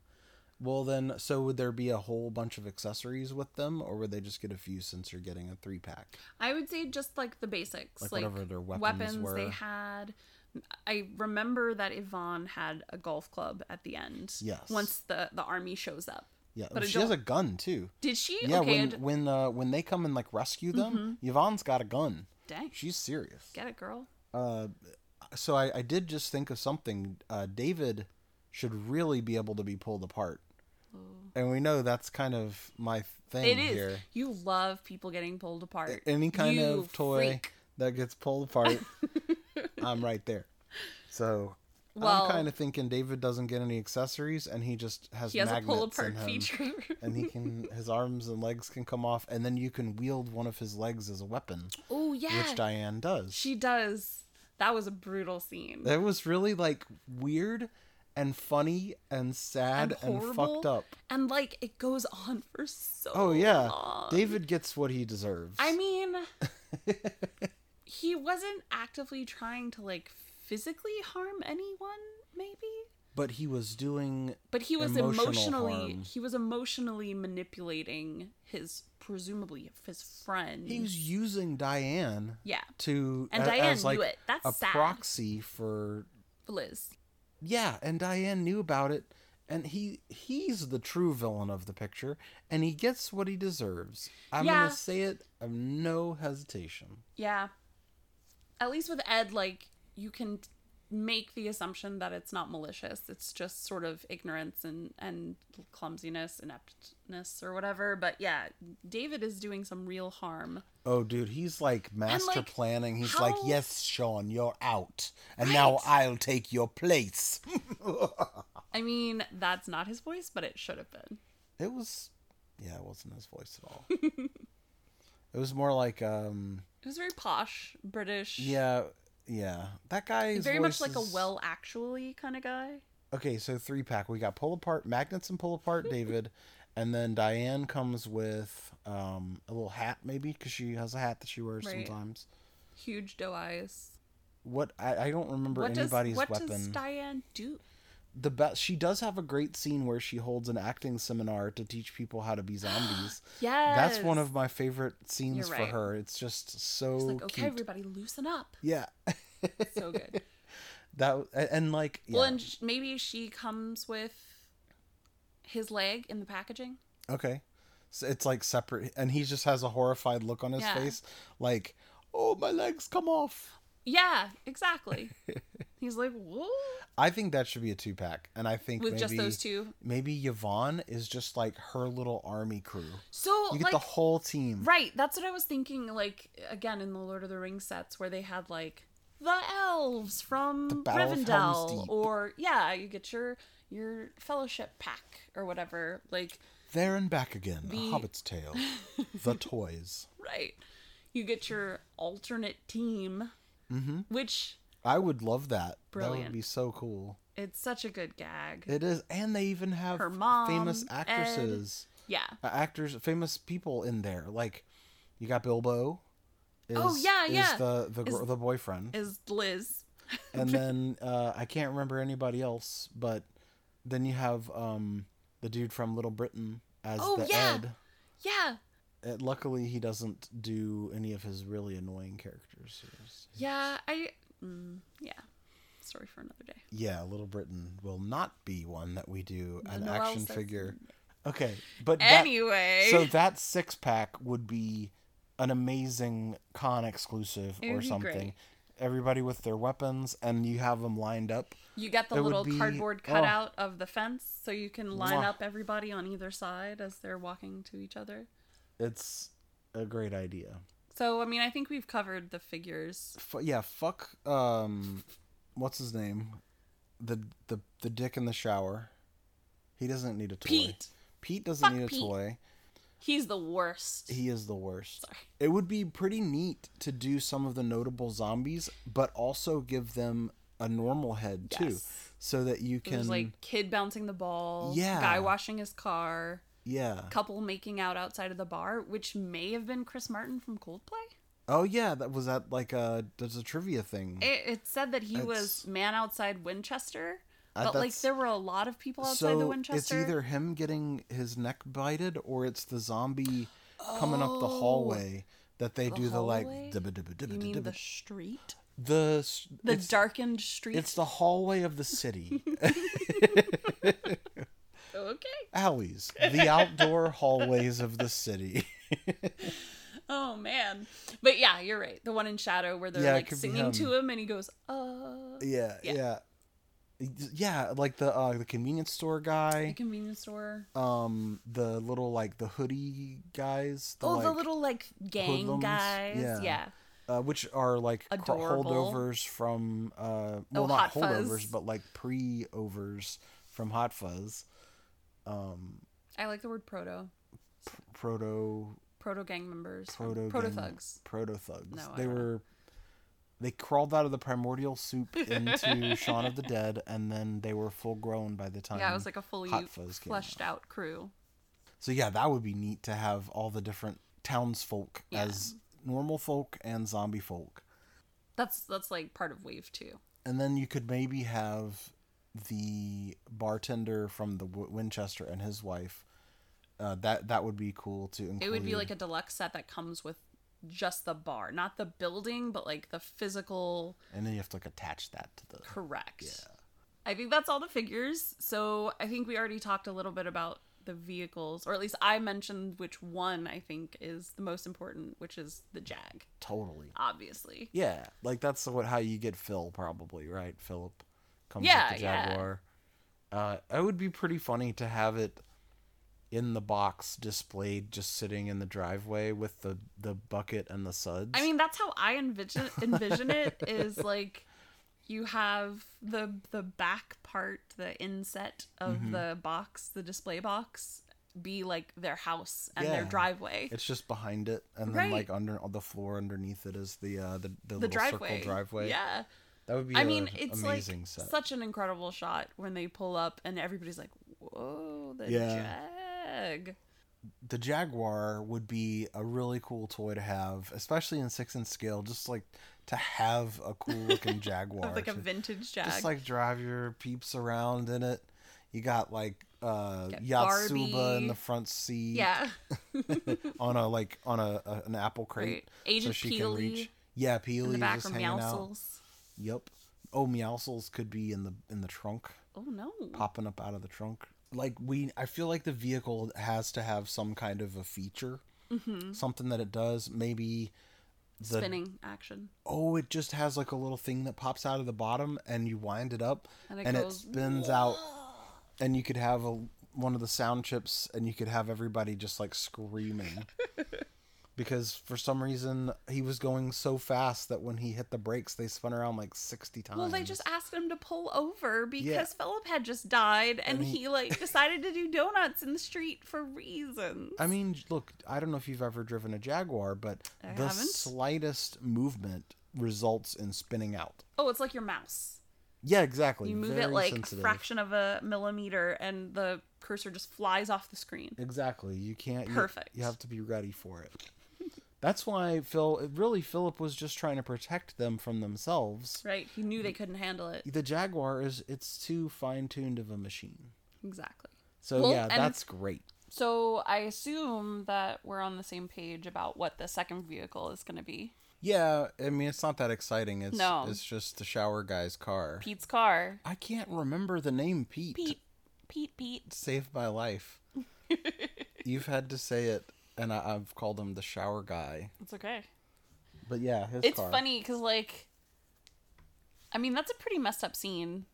B: Well, then, so would there be a whole bunch of accessories with them, or would they just get a few since you're getting a three pack?
A: I would say just like the basics,
B: Like,
A: like,
B: whatever their weapons were.
A: they had. I remember that Yvonne had a golf club at the end.
B: Yes.
A: Once the the army shows up,
B: Yeah,
A: But I
B: she has a
A: don't-
B: gun too.
A: did she?
B: Yeah,
A: okay.
B: when
A: and- Mm-hmm.
B: when uh, when they come and like rescue them, Yvonne's got a gun.
A: dang.
B: She's serious.
A: Get it, girl.
B: Uh, so I, I did just think of something. Uh, David should really be able to be pulled apart, and we know that's kind of my thing
A: It is.
B: here.
A: You love people getting pulled apart.
B: Any kind
A: You
B: of toy
A: freak.
B: that gets pulled apart, I'm right there. So
A: Well-
B: I'm kind of thinking David doesn't get any accessories, and he just has
A: He has a
B: magnets
A: pull
B: in
A: apart
B: him.
A: feature.
B: and he can his arms and legs can come off, and then you can wield one of his legs as a weapon,
A: oh yeah.
B: which Diane does.
A: She does. That was a brutal scene.
B: that was really like weird and funny and sad and, fucked
A: horrible.
B: up.
A: And like it goes on for so
B: Oh yeah,
A: long.
B: David gets what he deserves.
A: I mean he wasn't actively trying to like physically harm anyone, maybe?
B: but he was doing
A: But he was
B: Emotional
A: emotionally
B: harm.
A: he was emotionally manipulating his presumably his friend.
B: he was using Diane
A: yeah.
B: to
A: And
B: a-
A: Diane
B: as like
A: knew it. That's
B: a
A: sad.
B: proxy for
A: Liz.
B: Yeah, and Diane knew about it, and he he's the true villain of the picture, and he gets what he deserves. I'm
A: Yeah.
B: gonna say it of no hesitation.
A: Yeah. At least with Ed, like, you can t- make the assumption that it's not malicious. It's just sort of ignorance and, and clumsiness, ineptness, or whatever. But yeah, David is doing some real harm.
B: Oh, dude, he's like master
A: like,
B: planning. He's
A: how-
B: like, yes, Sean, you're out, and now
A: Right.
B: I'll take your place.
A: I mean, that's not his voice, but it should have been.
B: it was, yeah, it wasn't his voice at all. it was more like, um,
A: It was very posh, British.
B: yeah, yeah, that guy.
A: Very much like a well actually kind of guy.
B: Okay, so three pack. We got pull apart magnets and pull apart David, and then Diane comes with um, a little hat maybe because she has a hat that she wears
A: Right.
B: sometimes.
A: Huge doe eyes.
B: What I, I don't remember
A: What does
B: anybody's
A: what
B: weapon.
A: does Diane do?
B: the best she does have a great scene where she holds an acting seminar to teach people how to be zombies.
A: Yeah,
B: That's one of my favorite scenes
A: You're
B: for
A: right.
B: her. It's just so
A: like okay,
B: cute.
A: everybody, loosen up.
B: Yeah,
A: So good.
B: that and, and like yeah.
A: Well, and sh- maybe she comes with his leg in the packaging.
B: Okay. So it's like separate and he just has a horrified look on his
A: Yeah.
B: face like, "Oh, my legs come off."
A: Yeah, exactly. He's like, whoa,
B: I think that should be a two-pack and I think
A: with
B: maybe
A: just those two.
B: maybe Yvonne is just like her little army crew.
A: So
B: You get
A: like,
B: the whole team.
A: right? That's what I was thinking. Like again, in the Lord of the Rings sets, where they had like the elves from
B: Battle of Helm's
A: Rivendell,
B: Deep.
A: or yeah, you get your your fellowship pack or whatever. Like
B: There and back again.
A: The-
B: A Hobbit's Tale. the toys.
A: right, you get your alternate team,
B: Mm-hmm.
A: which
B: I would love that. That would
A: Brilliant.
B: be so cool.
A: it's such a good gag.
B: It is and they even have
A: Her mom,
B: famous
A: Ed.
B: actresses.
A: yeah.
B: uh, actors, famous people in there. Like you got Bilbo. Is,
A: Oh, yeah,
B: is
A: yeah.
B: The the, gr
A: Is-
B: the boyfriend,
A: is Liz.
B: and then uh, I can't remember anybody else, but then you have um the dude from Little Britain as
A: Oh,
B: the
A: yeah.
B: Ed.
A: Yeah.
B: it, luckily he doesn't do any of his really annoying characters. He's-
A: Yeah, I. Mm, yeah. Story for another day.
B: yeah, Little Britain will not be one that we do an
A: Noel
B: action
A: says-
B: figure. Okay, but that,
A: Anyway.
B: so that six pack would be an amazing con exclusive
A: It would
B: or
A: be
B: something.
A: great.
B: Everybody with their weapons, and you have them lined up.
A: you get the
B: there would
A: little
B: be-
A: cardboard
B: oh.
A: cutout of the fence so you can line
B: Mwah.
A: up everybody on either side as they're walking to each other.
B: It's a great idea.
A: So, I mean, I think we've covered the figures.
B: F- yeah, fuck. Um, what's his name? The the the dick in the shower. He doesn't need a toy.
A: Pete.
B: Pete doesn't
A: Fuck
B: need a
A: Pete.
B: toy.
A: He's the worst.
B: He is the worst.
A: Sorry.
B: It would be pretty neat to do some of the notable zombies, but also give them a normal head too,
A: Yes.
B: so that you can.
A: There's like kid bouncing the ball,
B: Yeah.
A: guy washing his car,
B: yeah.
A: couple making out outside of the bar, which may have been Chris Martin from Coldplay.
B: Oh yeah, that was that like a there's a trivia thing.
A: It, it said that he was
B: It's-
A: man outside Winchester,
B: Uh,
A: but like
B: that's-
A: there were a lot of people outside the Winchester.
B: it's either him getting his neck bited or it's the zombie coming up the
A: Oh.
B: hallway that they do the like
A: hallway?
B: dibba dibba
A: you
B: dibba
A: mean the
B: dibba.
A: street,
B: the s-
A: the
B: it's,
A: darkened street.
B: it's the hallway of the city
A: okay.
B: alleys the outdoor hallways of the city
A: Oh man, but yeah, you're right. The one in shadow where they're
B: Yeah, it
A: like
B: could be
A: singing
B: him.
A: to him and he goes, "Uh."
B: yeah,
A: Yeah.
B: yeah yeah like the uh the convenience store
A: The
B: guy
A: convenience store.
B: um the little like the hoodie guys the,
A: oh, the
B: like,
A: little like gang
B: hoodlums?
A: guys.
B: Yeah.
A: Yeah.
B: uh, which are like cr-
A: Adorable.
B: holdovers from uh, well,
A: Oh,
B: not
A: Hot Fuzz.
B: holdovers, but like pre-overs from Hot Fuzz, um,
A: I like the word proto.
B: proto
A: Proto gang members.
B: proto
A: proto thugs.
B: proto thugs.
A: No, I
B: they
A: don't know.
B: were they crawled out of the primordial soup into Shaun of the Dead, and then they were full grown by the time.
A: Yeah, it was like a fully
B: Hot Fuzz came
A: fleshed out crew.
B: so yeah, that would be neat to have all the different townsfolk as normal folk and zombie folk.
A: That's that's like part of wave two.
B: and then you could maybe have the bartender from the w- Winchester and his wife. Uh, that that would be cool to include.
A: It would be like a deluxe set that comes with just the bar, not the building, but like the physical
B: and then you have to like attach that to the.
A: correct. Yeah. I think that's all the figures. So I think we already talked a little bit about the vehicles, or at least I mentioned which one I think is the most important, which is the Jag,
B: Totally.
A: obviously.
B: Yeah, like that's what how you get Phil probably right. Philip comes
A: Yeah,
B: with the
A: yeah.
B: Jaguar. Uh, it would be pretty funny to have it in the box displayed, just sitting in the driveway with the the bucket and the suds.
A: I mean, that's how I envision envision it is like you have the the back part, the inset of
B: Mm-hmm.
A: the box, the display box, be like their house and their
B: Yeah.
A: driveway.
B: It's just behind it, and then
A: Right.
B: like under on the floor underneath it is the uh, the
A: the
B: the, little
A: driveway.
B: circle driveway.
A: Yeah.
B: that would be.
A: I
B: a
A: mean, it's like
B: amazing set.
A: such an incredible shot when they pull up and everybody's like, "Whoa, the
B: Yeah.
A: jag."
B: the Jaguar would be a really cool toy to have, especially in six and scale. Just like to have a cool looking Jaguar,
A: Of like a
B: to
A: vintage jag.
B: just like drive your peeps around in it. You got like uh
A: Got
B: Yatsuba
A: Barbie.
B: in the front seat,
A: yeah.
B: on a like on a, a an apple
A: Right.
B: crate,
A: Agent Peely
B: Yeah, Peely
A: in the back
B: just
A: from
B: hanging out.
A: Meowsles.
B: Yep. Oh, Meowsles could be in the in the trunk,
A: Oh no.
B: popping up out of the trunk. Like we, I feel like the vehicle has to have some kind of a feature, something that it does. Maybe the
A: Mm-hmm. Spinning action.
B: oh, it just has like a little thing that pops out of the bottom, and you wind it up,
A: And
B: and
A: it
B: it,
A: goes,
B: spins out, and you could have a one of the sound chips, and you could have everybody just like screaming. Because for some reason he was going so fast that when he hit the brakes, they spun around like sixty times.
A: Well, they just asked him to pull over because
B: Yeah.
A: Philip had just died, and,
B: And
A: he,
B: he-
A: like decided to do donuts in the street for reasons.
B: I mean, j- look, I don't know if you've ever driven a Jaguar, but
A: I
B: the
A: haven't.
B: slightest movement results in spinning out.
A: oh, it's like your mouse.
B: Yeah, exactly.
A: You move
B: Very
A: it like
B: sensitive.
A: a fraction of a millimeter, and the cursor just flies off the screen.
B: Exactly. You can't. you-
A: Perfect.
B: You, have to be ready for it. That's why Phil. it- Really, Philip was just trying to protect them from themselves.
A: Right? He knew they couldn't handle it.
B: The Jaguar is it's too fine tuned of a machine.
A: Exactly.
B: So
A: Well,
B: yeah,
A: and-
B: that's great.
A: So I assume that we're on the same page about what the second vehicle is going to be.
B: Yeah, I mean it's not that exciting. It's
A: No.
B: it's just the shower guy's car.
A: Pete's car.
B: I can't remember the name Pete.
A: Pete. Pete. Pete.
B: Saved my life. You've had to say it, and I, I've called him the shower guy.
A: It's okay.
B: But yeah, his
A: It's
B: car.
A: funny because like, I mean that's a pretty messed up scene.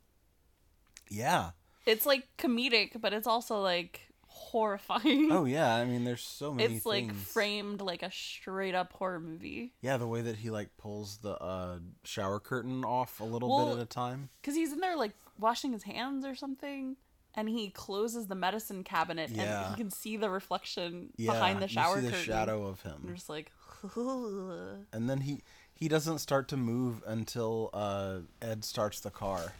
B: Yeah.
A: It's like comedic, but it's also like horrifying.
B: Oh yeah. I mean, there's so many.
A: it's like
B: things.
A: framed like a straight up horror movie.
B: Yeah, the way that he like pulls the uh, shower curtain off a little
A: Well-
B: bit at a time.
A: Because he's in there, like, washing his hands or something, and he closes the medicine cabinet,
B: Yeah.
A: and you can see the reflection
B: Yeah,
A: behind the shower
B: you see the
A: curtain.
B: shadow of
A: And I'm
B: him,
A: just like,
B: and then he he doesn't start to move until uh, Ed starts the car.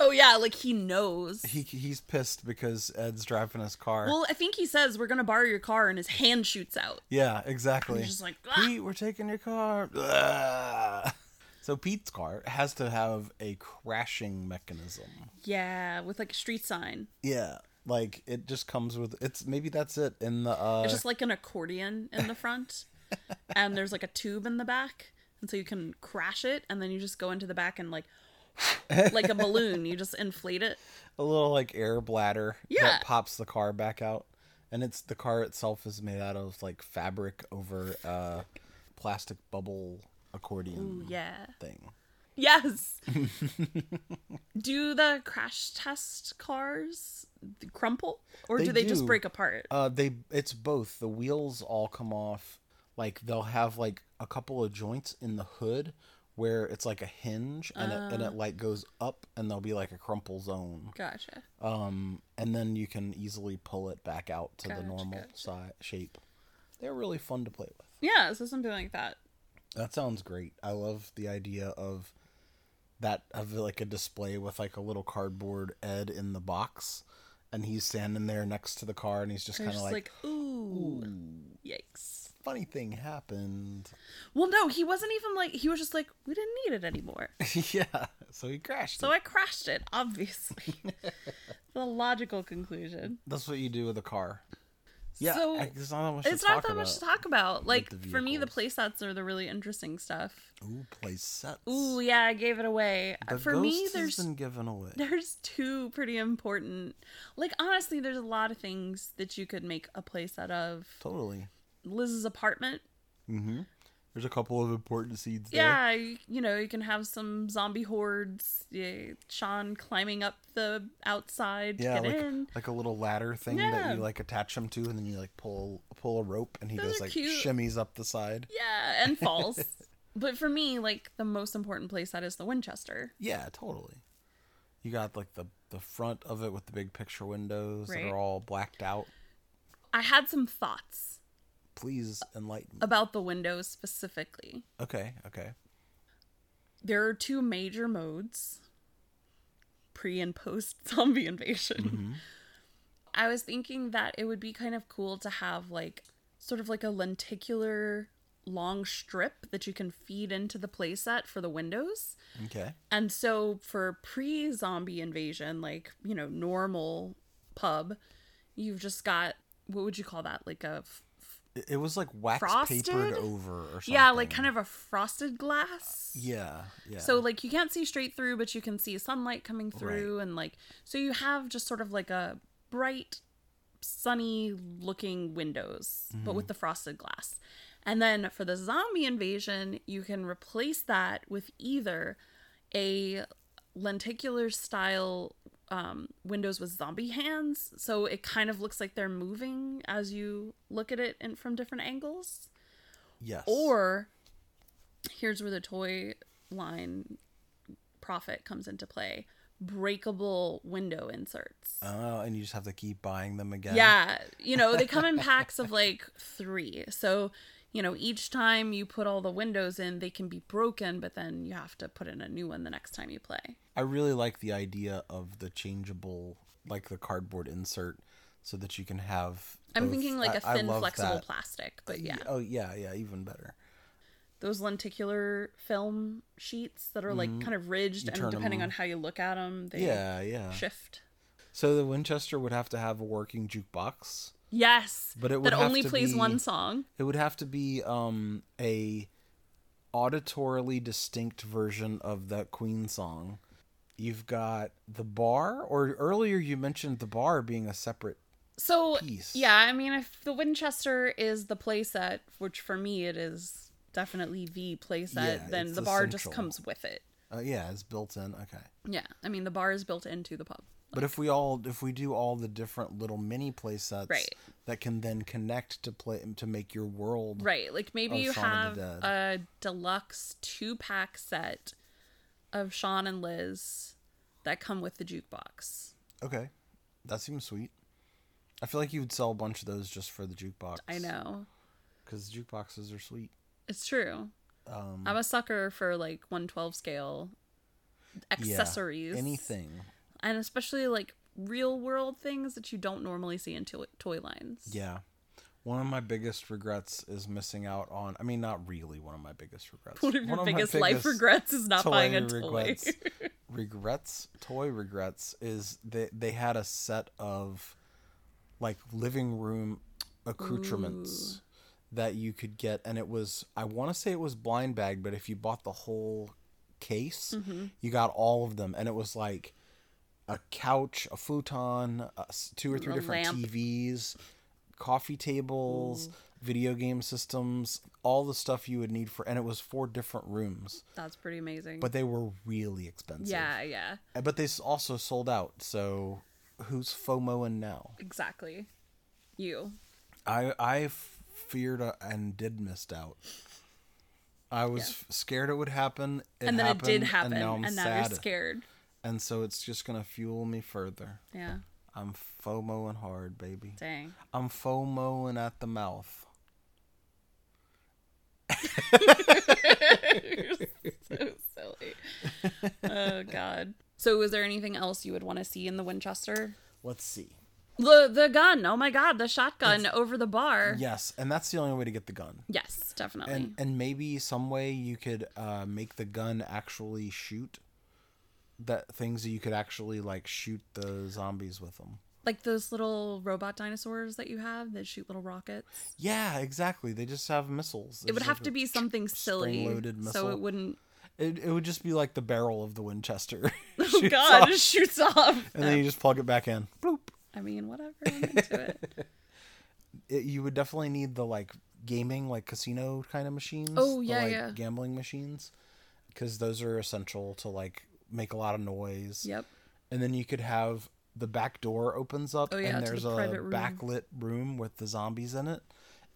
A: oh, yeah, like, he knows.
B: He he's pissed because Ed's driving his car.
A: Well, I think he says, we're going to borrow your car, and his hand shoots out.
B: yeah, exactly.
A: He's just like, "Ah."
B: Pete, we're taking your car. Ah. So Pete's car has to have a crashing mechanism.
A: yeah, with, like, a street sign.
B: Yeah, like it just comes with it's maybe that's it in the uh
A: It's just, like, an accordion in the front, and there's, like, a tube in the back, and so you can crash it, and then you just go into the back and, like, like a balloon, you just inflate it.
B: a little like air bladder
A: Yeah.
B: that pops the car back out. And it's the car itself is made out of like fabric over uh plastic bubble accordion
A: Yeah.
B: thing.
A: Yes. do the crash test cars crumple or
B: They
A: do they
B: do.
A: just break apart?
B: Uh, they it's both. The wheels all come off. Like they'll have like a couple of joints in the hood where it's like a hinge and it,
A: Ah.
B: and it like goes up and there'll be like a crumple zone.
A: Gotcha.
B: Um, and then you can easily pull it back out to the
A: Gotcha,
B: normal
A: gotcha.
B: si- shape. They're really fun to play with.
A: Yeah, so something like that.
B: That sounds great. I love the idea of that of like a display with like a little cardboard Ed in the box, and he's standing there next to the car, and he's just
A: They're
B: kind of
A: just
B: like,
A: like, ooh, yikes.
B: "Funny thing happened."
A: Well, no, he wasn't even like, he was just like, we didn't need it anymore.
B: yeah, so he crashed.
A: So
B: it.
A: I crashed it, obviously. the logical conclusion.
B: That's what you do with a car. Yeah,
A: So,
B: I- there's not that much.
A: It's
B: to
A: not
B: talk
A: that much to
B: about.
A: talk about. Like,
B: the
A: for me, the play
B: vehicles.
A: sets are the really interesting stuff.
B: Ooh, play sets.
A: Ooh, yeah, I gave it away.
B: The
A: for
B: Ghost
A: me,
B: has
A: there's
B: been given away.
A: there's two pretty important like honestly there's a lot of things that you could make a place out of
B: Totally.
A: liz's apartment
B: Mm-hmm. There's a couple of important seeds there.
A: yeah you, you know you can have some zombie hordes yeah, sean climbing up the outside to
B: Yeah,
A: get
B: like,
A: in
B: like a little ladder thing
A: Yeah.
B: that you like attach him to, and then you like pull pull a rope, and he
A: Those
B: goes
A: are
B: like
A: cute.
B: shimmies up the side.
A: yeah and falls but for me like the most important place that is the winchester
B: Yeah, totally. You got like the the front of it with the big picture windows that
A: Right.
B: are all blacked out.
A: i had some thoughts
B: Please enlighten. me.
A: about the windows specifically
B: Okay, okay.
A: there are two major modes pre and post zombie invasion. I was thinking that it would be kind of cool to have like sort of like a lenticular long strip that you can feed into the playset for the windows.
B: Okay.
A: And so for pre zombie invasion, like, you know, normal pub, you've just got what would you call that? Like a f-
B: It, it was like wax papered
A: Frosted?
B: over or something.
A: yeah, like kind of a frosted glass.
B: Yeah, yeah.
A: So like you can't see straight through, but you can see sunlight coming through, and like so you have just sort of like a bright, sunny looking windows, but with the frosted glass. And then for the zombie invasion, you can replace that with either a lenticular style um, windows with zombie hands, so it kind of looks like they're moving as you look at it and from different angles.
B: yes.
A: Or here's where the toy line profit comes into play. Breakable window inserts.
B: Oh, and you just have to keep buying them again.
A: Yeah, you know, they come in packs of like 3. So, you know, each time you put all the windows in, they can be broken, but then you have to put in a new one the next time you play.
B: I really like the idea of the changeable, like the cardboard insert, so that you can have.
A: I'm
B: both-
A: thinking like a
B: I- I
A: thin
B: love
A: flexible
B: that.
A: plastic, but
B: Ye-
A: yeah.
B: Oh yeah, yeah, even better.
A: Those lenticular film sheets that are like kind of ridged and
B: Mm-hmm. turn
A: depending
B: 'em.
A: on how you look at them, they
B: Yeah, yeah.
A: shift.
B: So the Winchester would have to have a working jukebox,
A: Yes.
B: but it would
A: That
B: have
A: only
B: to
A: plays
B: be-
A: one song.
B: It would have to be um a auditorily distinct version of that Queen song. You've got the bar, or earlier you mentioned the bar being a separate
A: So
B: piece.
A: yeah, I mean, if the Winchester is the playset, which for me it is definitely the playset,
B: Yeah,
A: then
B: it's
A: the bar just
B: essential.
A: comes with it.
B: Uh, yeah, it's built in. Okay.
A: Yeah, I mean, the bar is built into the pub.
B: But if we all if we do all the different little mini play sets
A: Right.
B: that can then connect to play to make your world
A: Right. Like maybe
B: Of
A: you
B: Oh, Shaun
A: have
B: of the
A: a deluxe two pack set of Sean and Liz that come with the jukebox.
B: Okay. That seems sweet. I feel like you would sell a bunch of those just for the jukebox.
A: I know.
B: Because jukeboxes are sweet.
A: It's true.
B: Um,
A: I'm a sucker for like 112 scale
B: yeah,
A: accessories.
B: Anything.
A: And especially like real world things that you don't normally see in to- toy lines.
B: Yeah. One of my biggest regrets is missing out on. I mean, not really one of my biggest regrets.
A: One of your biggest life regrets is not buying a toy.
B: regrets, toy regrets is that they had a set of like living room accoutrements that you could get, and it was I want to say it was blind bag, but if you bought the whole case,
A: Mm-hmm.
B: you got all of them, and it was like a couch, a futon, uh, s- two or three
A: A
B: different
A: lamp.
B: TVs, coffee tables, video game systems, all the stuff you would need for, and it was four different rooms,
A: That's pretty amazing.
B: but they were really expensive.
A: yeah, yeah.
B: Uh, But they s- also sold out, so who's FOMOing now?
A: Exactly. You.
B: I I f- feared uh, and did missed out. I was f- scared it would happen. It
A: and then
B: happened,
A: it did happen,
B: and now I'm sad.
A: you're scared.
B: And so it's just gonna fuel me further.
A: Yeah.
B: I'm FOMOing hard, baby.
A: Dang.
B: I'm FOMOing at the mouth.
A: so silly. Oh God. So, is there anything else you would want to see in the Winchester?
B: Let's see.
A: The the gun. Oh my God, the shotgun over the bar.
B: Yes, and that's the only way to get the gun.
A: Yes, definitely.
B: And and maybe some way you could uh, make the gun actually shoot. That things that you could actually like shoot the zombies with them.
A: like those little robot dinosaurs that you have that shoot little rockets.
B: Yeah, exactly. They just have missiles.
A: it would have to be something silly,
B: spring-loaded
A: so
B: missile.
A: it wouldn't.
B: It, it would just be like the barrel of the Winchester.
A: Oh
B: Shoots
A: God,
B: off,
A: it shoots off.
B: and then you just plug it back in. Bloop.
A: I mean, whatever. I'm into it.
B: It, you would definitely need the like gaming, like casino kind of machines.
A: Oh,
B: the,
A: yeah,
B: like,
A: yeah.
B: Gambling machines, because those are essential to like make a lot of noise.
A: Yep.
B: And then you could have the back door opens up,
A: Oh, yeah,
B: and
A: to the
B: there's a
A: private room.
B: backlit room with the zombies in it,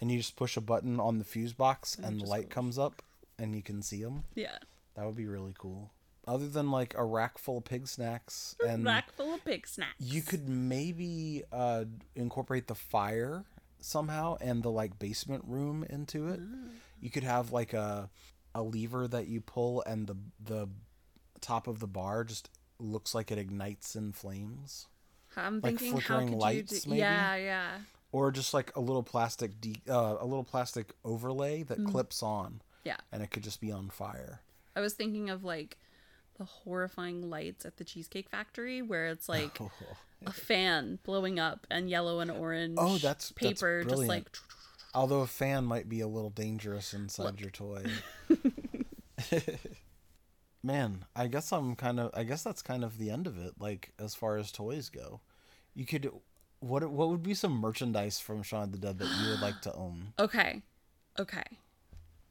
B: and you just push a button on the fuse box, and, the
A: just
B: light comes up, and you can see them.
A: Yeah.
B: That would be really cool. Other than like a rack full of pig snacks and
A: Rack full of pig snacks.
B: you could maybe uh, incorporate the fire somehow and the like basement room into it. You could have like a a lever that you pull and the the top of the bar just looks like it ignites in flames,
A: I'm
B: like
A: thinking, how
B: flickering
A: could you
B: lights,
A: do?
B: maybe?
A: Yeah, yeah.
B: or just like a little plastic de- uh, a little plastic overlay that clips on,
A: Yeah.
B: and it could just be on fire.
A: I was thinking of like the horrifying lights at the Cheesecake Factory where it's like a fan blowing up and yellow and orange
B: Oh. Oh, that's- that's
A: paper just
B: brilliant.
A: like
B: Although a fan might be a little dangerous inside your toy. Man, I guess I'm kind of I guess that's kind of the end of it like as far as toys go. You could what what would be some merchandise from Shaun of the Dead that you would like to own?
A: Okay. Okay.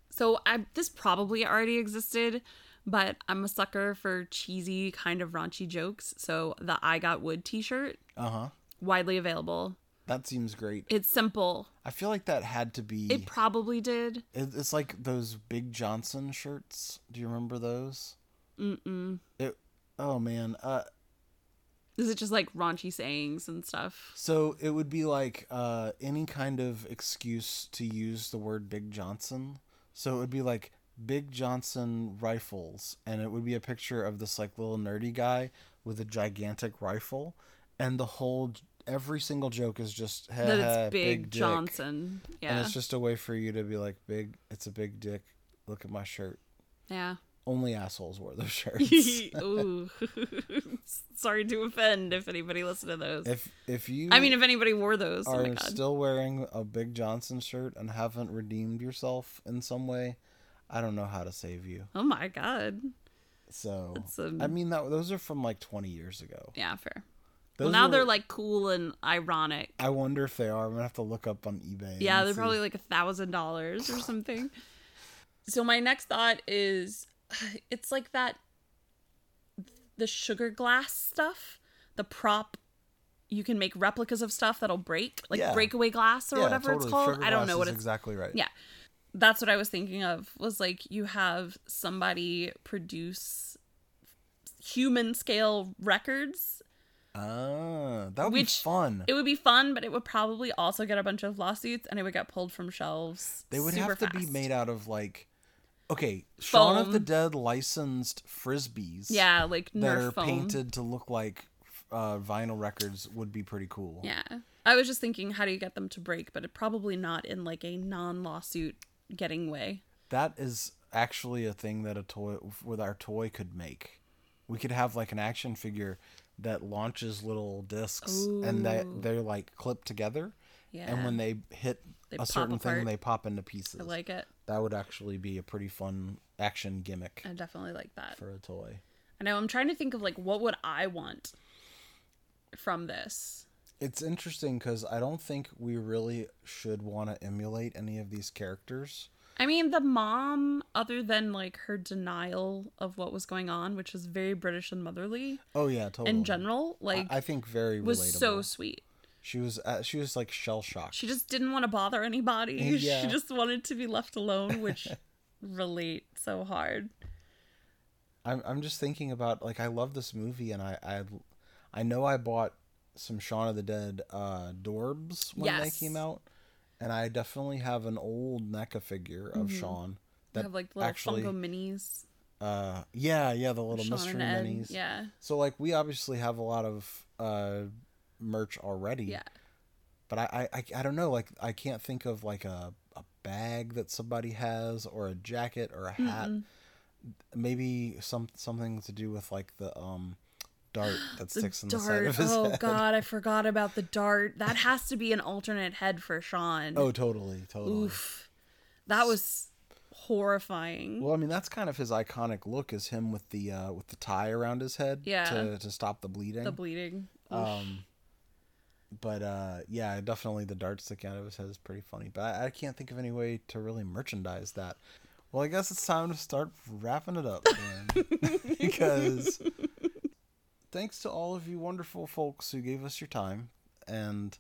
A: So I this probably already existed, but I'm a sucker for cheesy kind of raunchy jokes. So the I got wood t-shirt
B: Uh-huh.
A: widely available.
B: That seems great.
A: It's simple.
B: I feel like that had to be
A: It probably did.
B: It- It's like those Big Johnson shirts. Do you remember those? Mm-mm. It Oh man, uh
A: Is it just like raunchy sayings and stuff?
B: So it would be like uh, any kind of excuse to use the word Big Johnson. So it would be like Big Johnson rifles, and it would be a picture of this like little nerdy guy with a gigantic rifle, and the whole every single joke is just "Heh
A: That
B: heh,
A: it's Big,
B: dick."
A: Johnson.
B: and
A: Yeah.
B: it's just a way for you to be like big. It's a big dick. Look at my shirt.
A: Yeah.
B: Only assholes wore those shirts.
A: Ooh. Sorry to offend if anybody listened to those.
B: If if you
A: I mean, if anybody wore those, oh
B: are
A: my god.
B: still wearing a Big Johnson shirt and haven't redeemed yourself in some way, I don't know how to save you.
A: oh my god.
B: So
A: That's, um,
B: I mean that those are from like 20 years ago.
A: Yeah, fair.
B: Those
A: well, now
B: were-
A: they're like cool and ironic.
B: I wonder if they are. I'm gonna have to look up on eBay. and
A: Yeah, they're
B: see.
A: probably like a thousand dollars or something. so my next thought is, it's like that, the sugar glass stuff, the prop. You can make replicas of stuff that'll break, like
B: Yeah.
A: breakaway glass or
B: Yeah,
A: whatever
B: totally.
A: it's called.
B: Sugar
A: I don't
B: glass
A: know what
B: is
A: it's.
B: exactly right.
A: Yeah, that's what I was thinking of. Was like you have somebody produce human scale records
B: Ah, that would
A: Which-
B: be fun.
A: It would be fun, but it would probably also get a bunch of lawsuits and it would get pulled from shelves.
B: They would
A: super
B: have to be
A: fast.
B: made out of like, okay, Shaun of the
A: Foam.
B: Dead licensed frisbees.
A: Yeah, like
B: that
A: Nerf
B: are
A: foam.
B: painted to look like uh, vinyl records would be pretty cool.
A: Yeah. I was just thinking, how do you get them to break? But it probably not in like a non lawsuit getting way.
B: That is actually a thing that a toy with our toy could make. We could have like an action figure that launches little discs and that
A: Ooh.
B: they're like clipped together
A: Yeah.
B: and when they hit
A: They
B: a
A: pop
B: certain thing
A: apart.
B: they pop into pieces.
A: I like it.
B: that would actually be a pretty fun action gimmick
A: I definitely like that.
B: for a toy.
A: I know I'm trying to think of like what would I want from this.
B: It's interesting cuz I don't think we really should want to emulate any of these characters.
A: I mean, the mom, other than like her denial of what was going on, which is very British and motherly
B: Oh yeah, totally.
A: in general,
B: I-
A: like
B: I think very relatable.
A: was so sweet.
B: She was uh, she was like shell shocked.
A: She just didn't want to bother anybody.
B: Yeah.
A: She just wanted to be left alone, which relate so hard.
B: I'm I'm just thinking about like I love this movie and I I, I know I bought some Shaun of the Dead uh Dorbs when they
A: Yes.
B: came out, and I definitely have an old NECA figure of
A: Mm-hmm.
B: Shaun
A: They
B: that
A: have like little
B: actually
A: Funko minis.
B: uh yeah yeah the little
A: Sean
B: mystery
A: and Ed.
B: minis
A: Yeah.
B: so like we obviously have a lot of uh merch already
A: Yeah.
B: but I, I I- I don't know like I can't think of like a a bag that somebody has or a jacket or a hat maybe some something to do with like the um dart that sticks in the side of his
A: oh
B: head
A: god, I forgot about the dart. That has to be an alternate head for Sean.
B: oh totally totally
A: Oof. That was horrifying.
B: well I mean that's kind of his iconic look is him with the uh with the tie around his head
A: Yeah.
B: to to stop the bleeding
A: the bleeding. Oof.
B: um but uh yeah definitely the dart sticking out of his head is pretty funny but I, I can't think of any way to really merchandise that well i guess it's time to start wrapping it up man. because thanks to all of you wonderful folks who gave us your time and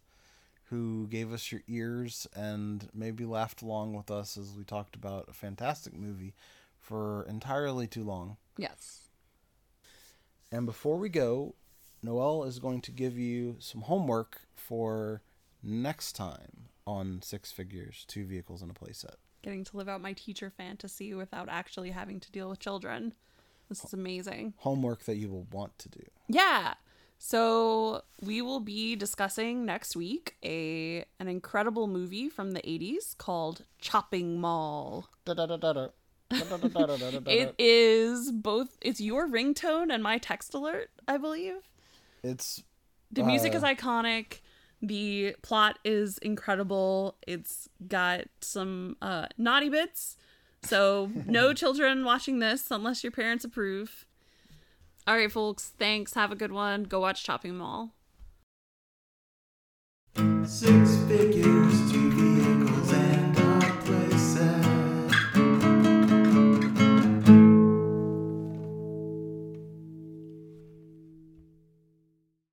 B: who gave us your ears and maybe laughed along with us as we talked about a fantastic movie for entirely too long
A: yes.
B: and before we go, Noelle is going to give you some homework for next time on Six Figures, Two Vehicles in a Playset.
A: Getting to live out my teacher fantasy without actually having to deal with children. This is amazing.
B: Homework that you will want to do.
A: Yeah. So we will be discussing next week a an incredible movie from the 80s called Chopping Mall. It is both it's your ringtone and my text alert, I believe.
B: It's
A: The music
B: Uh.
A: is iconic. The plot is incredible. It's got some uh, naughty bits. So, no children watching this unless your parents approve. All right, folks. Thanks. Have a good one. Go watch Chopping Mall.
C: Six figures, two vehicles, and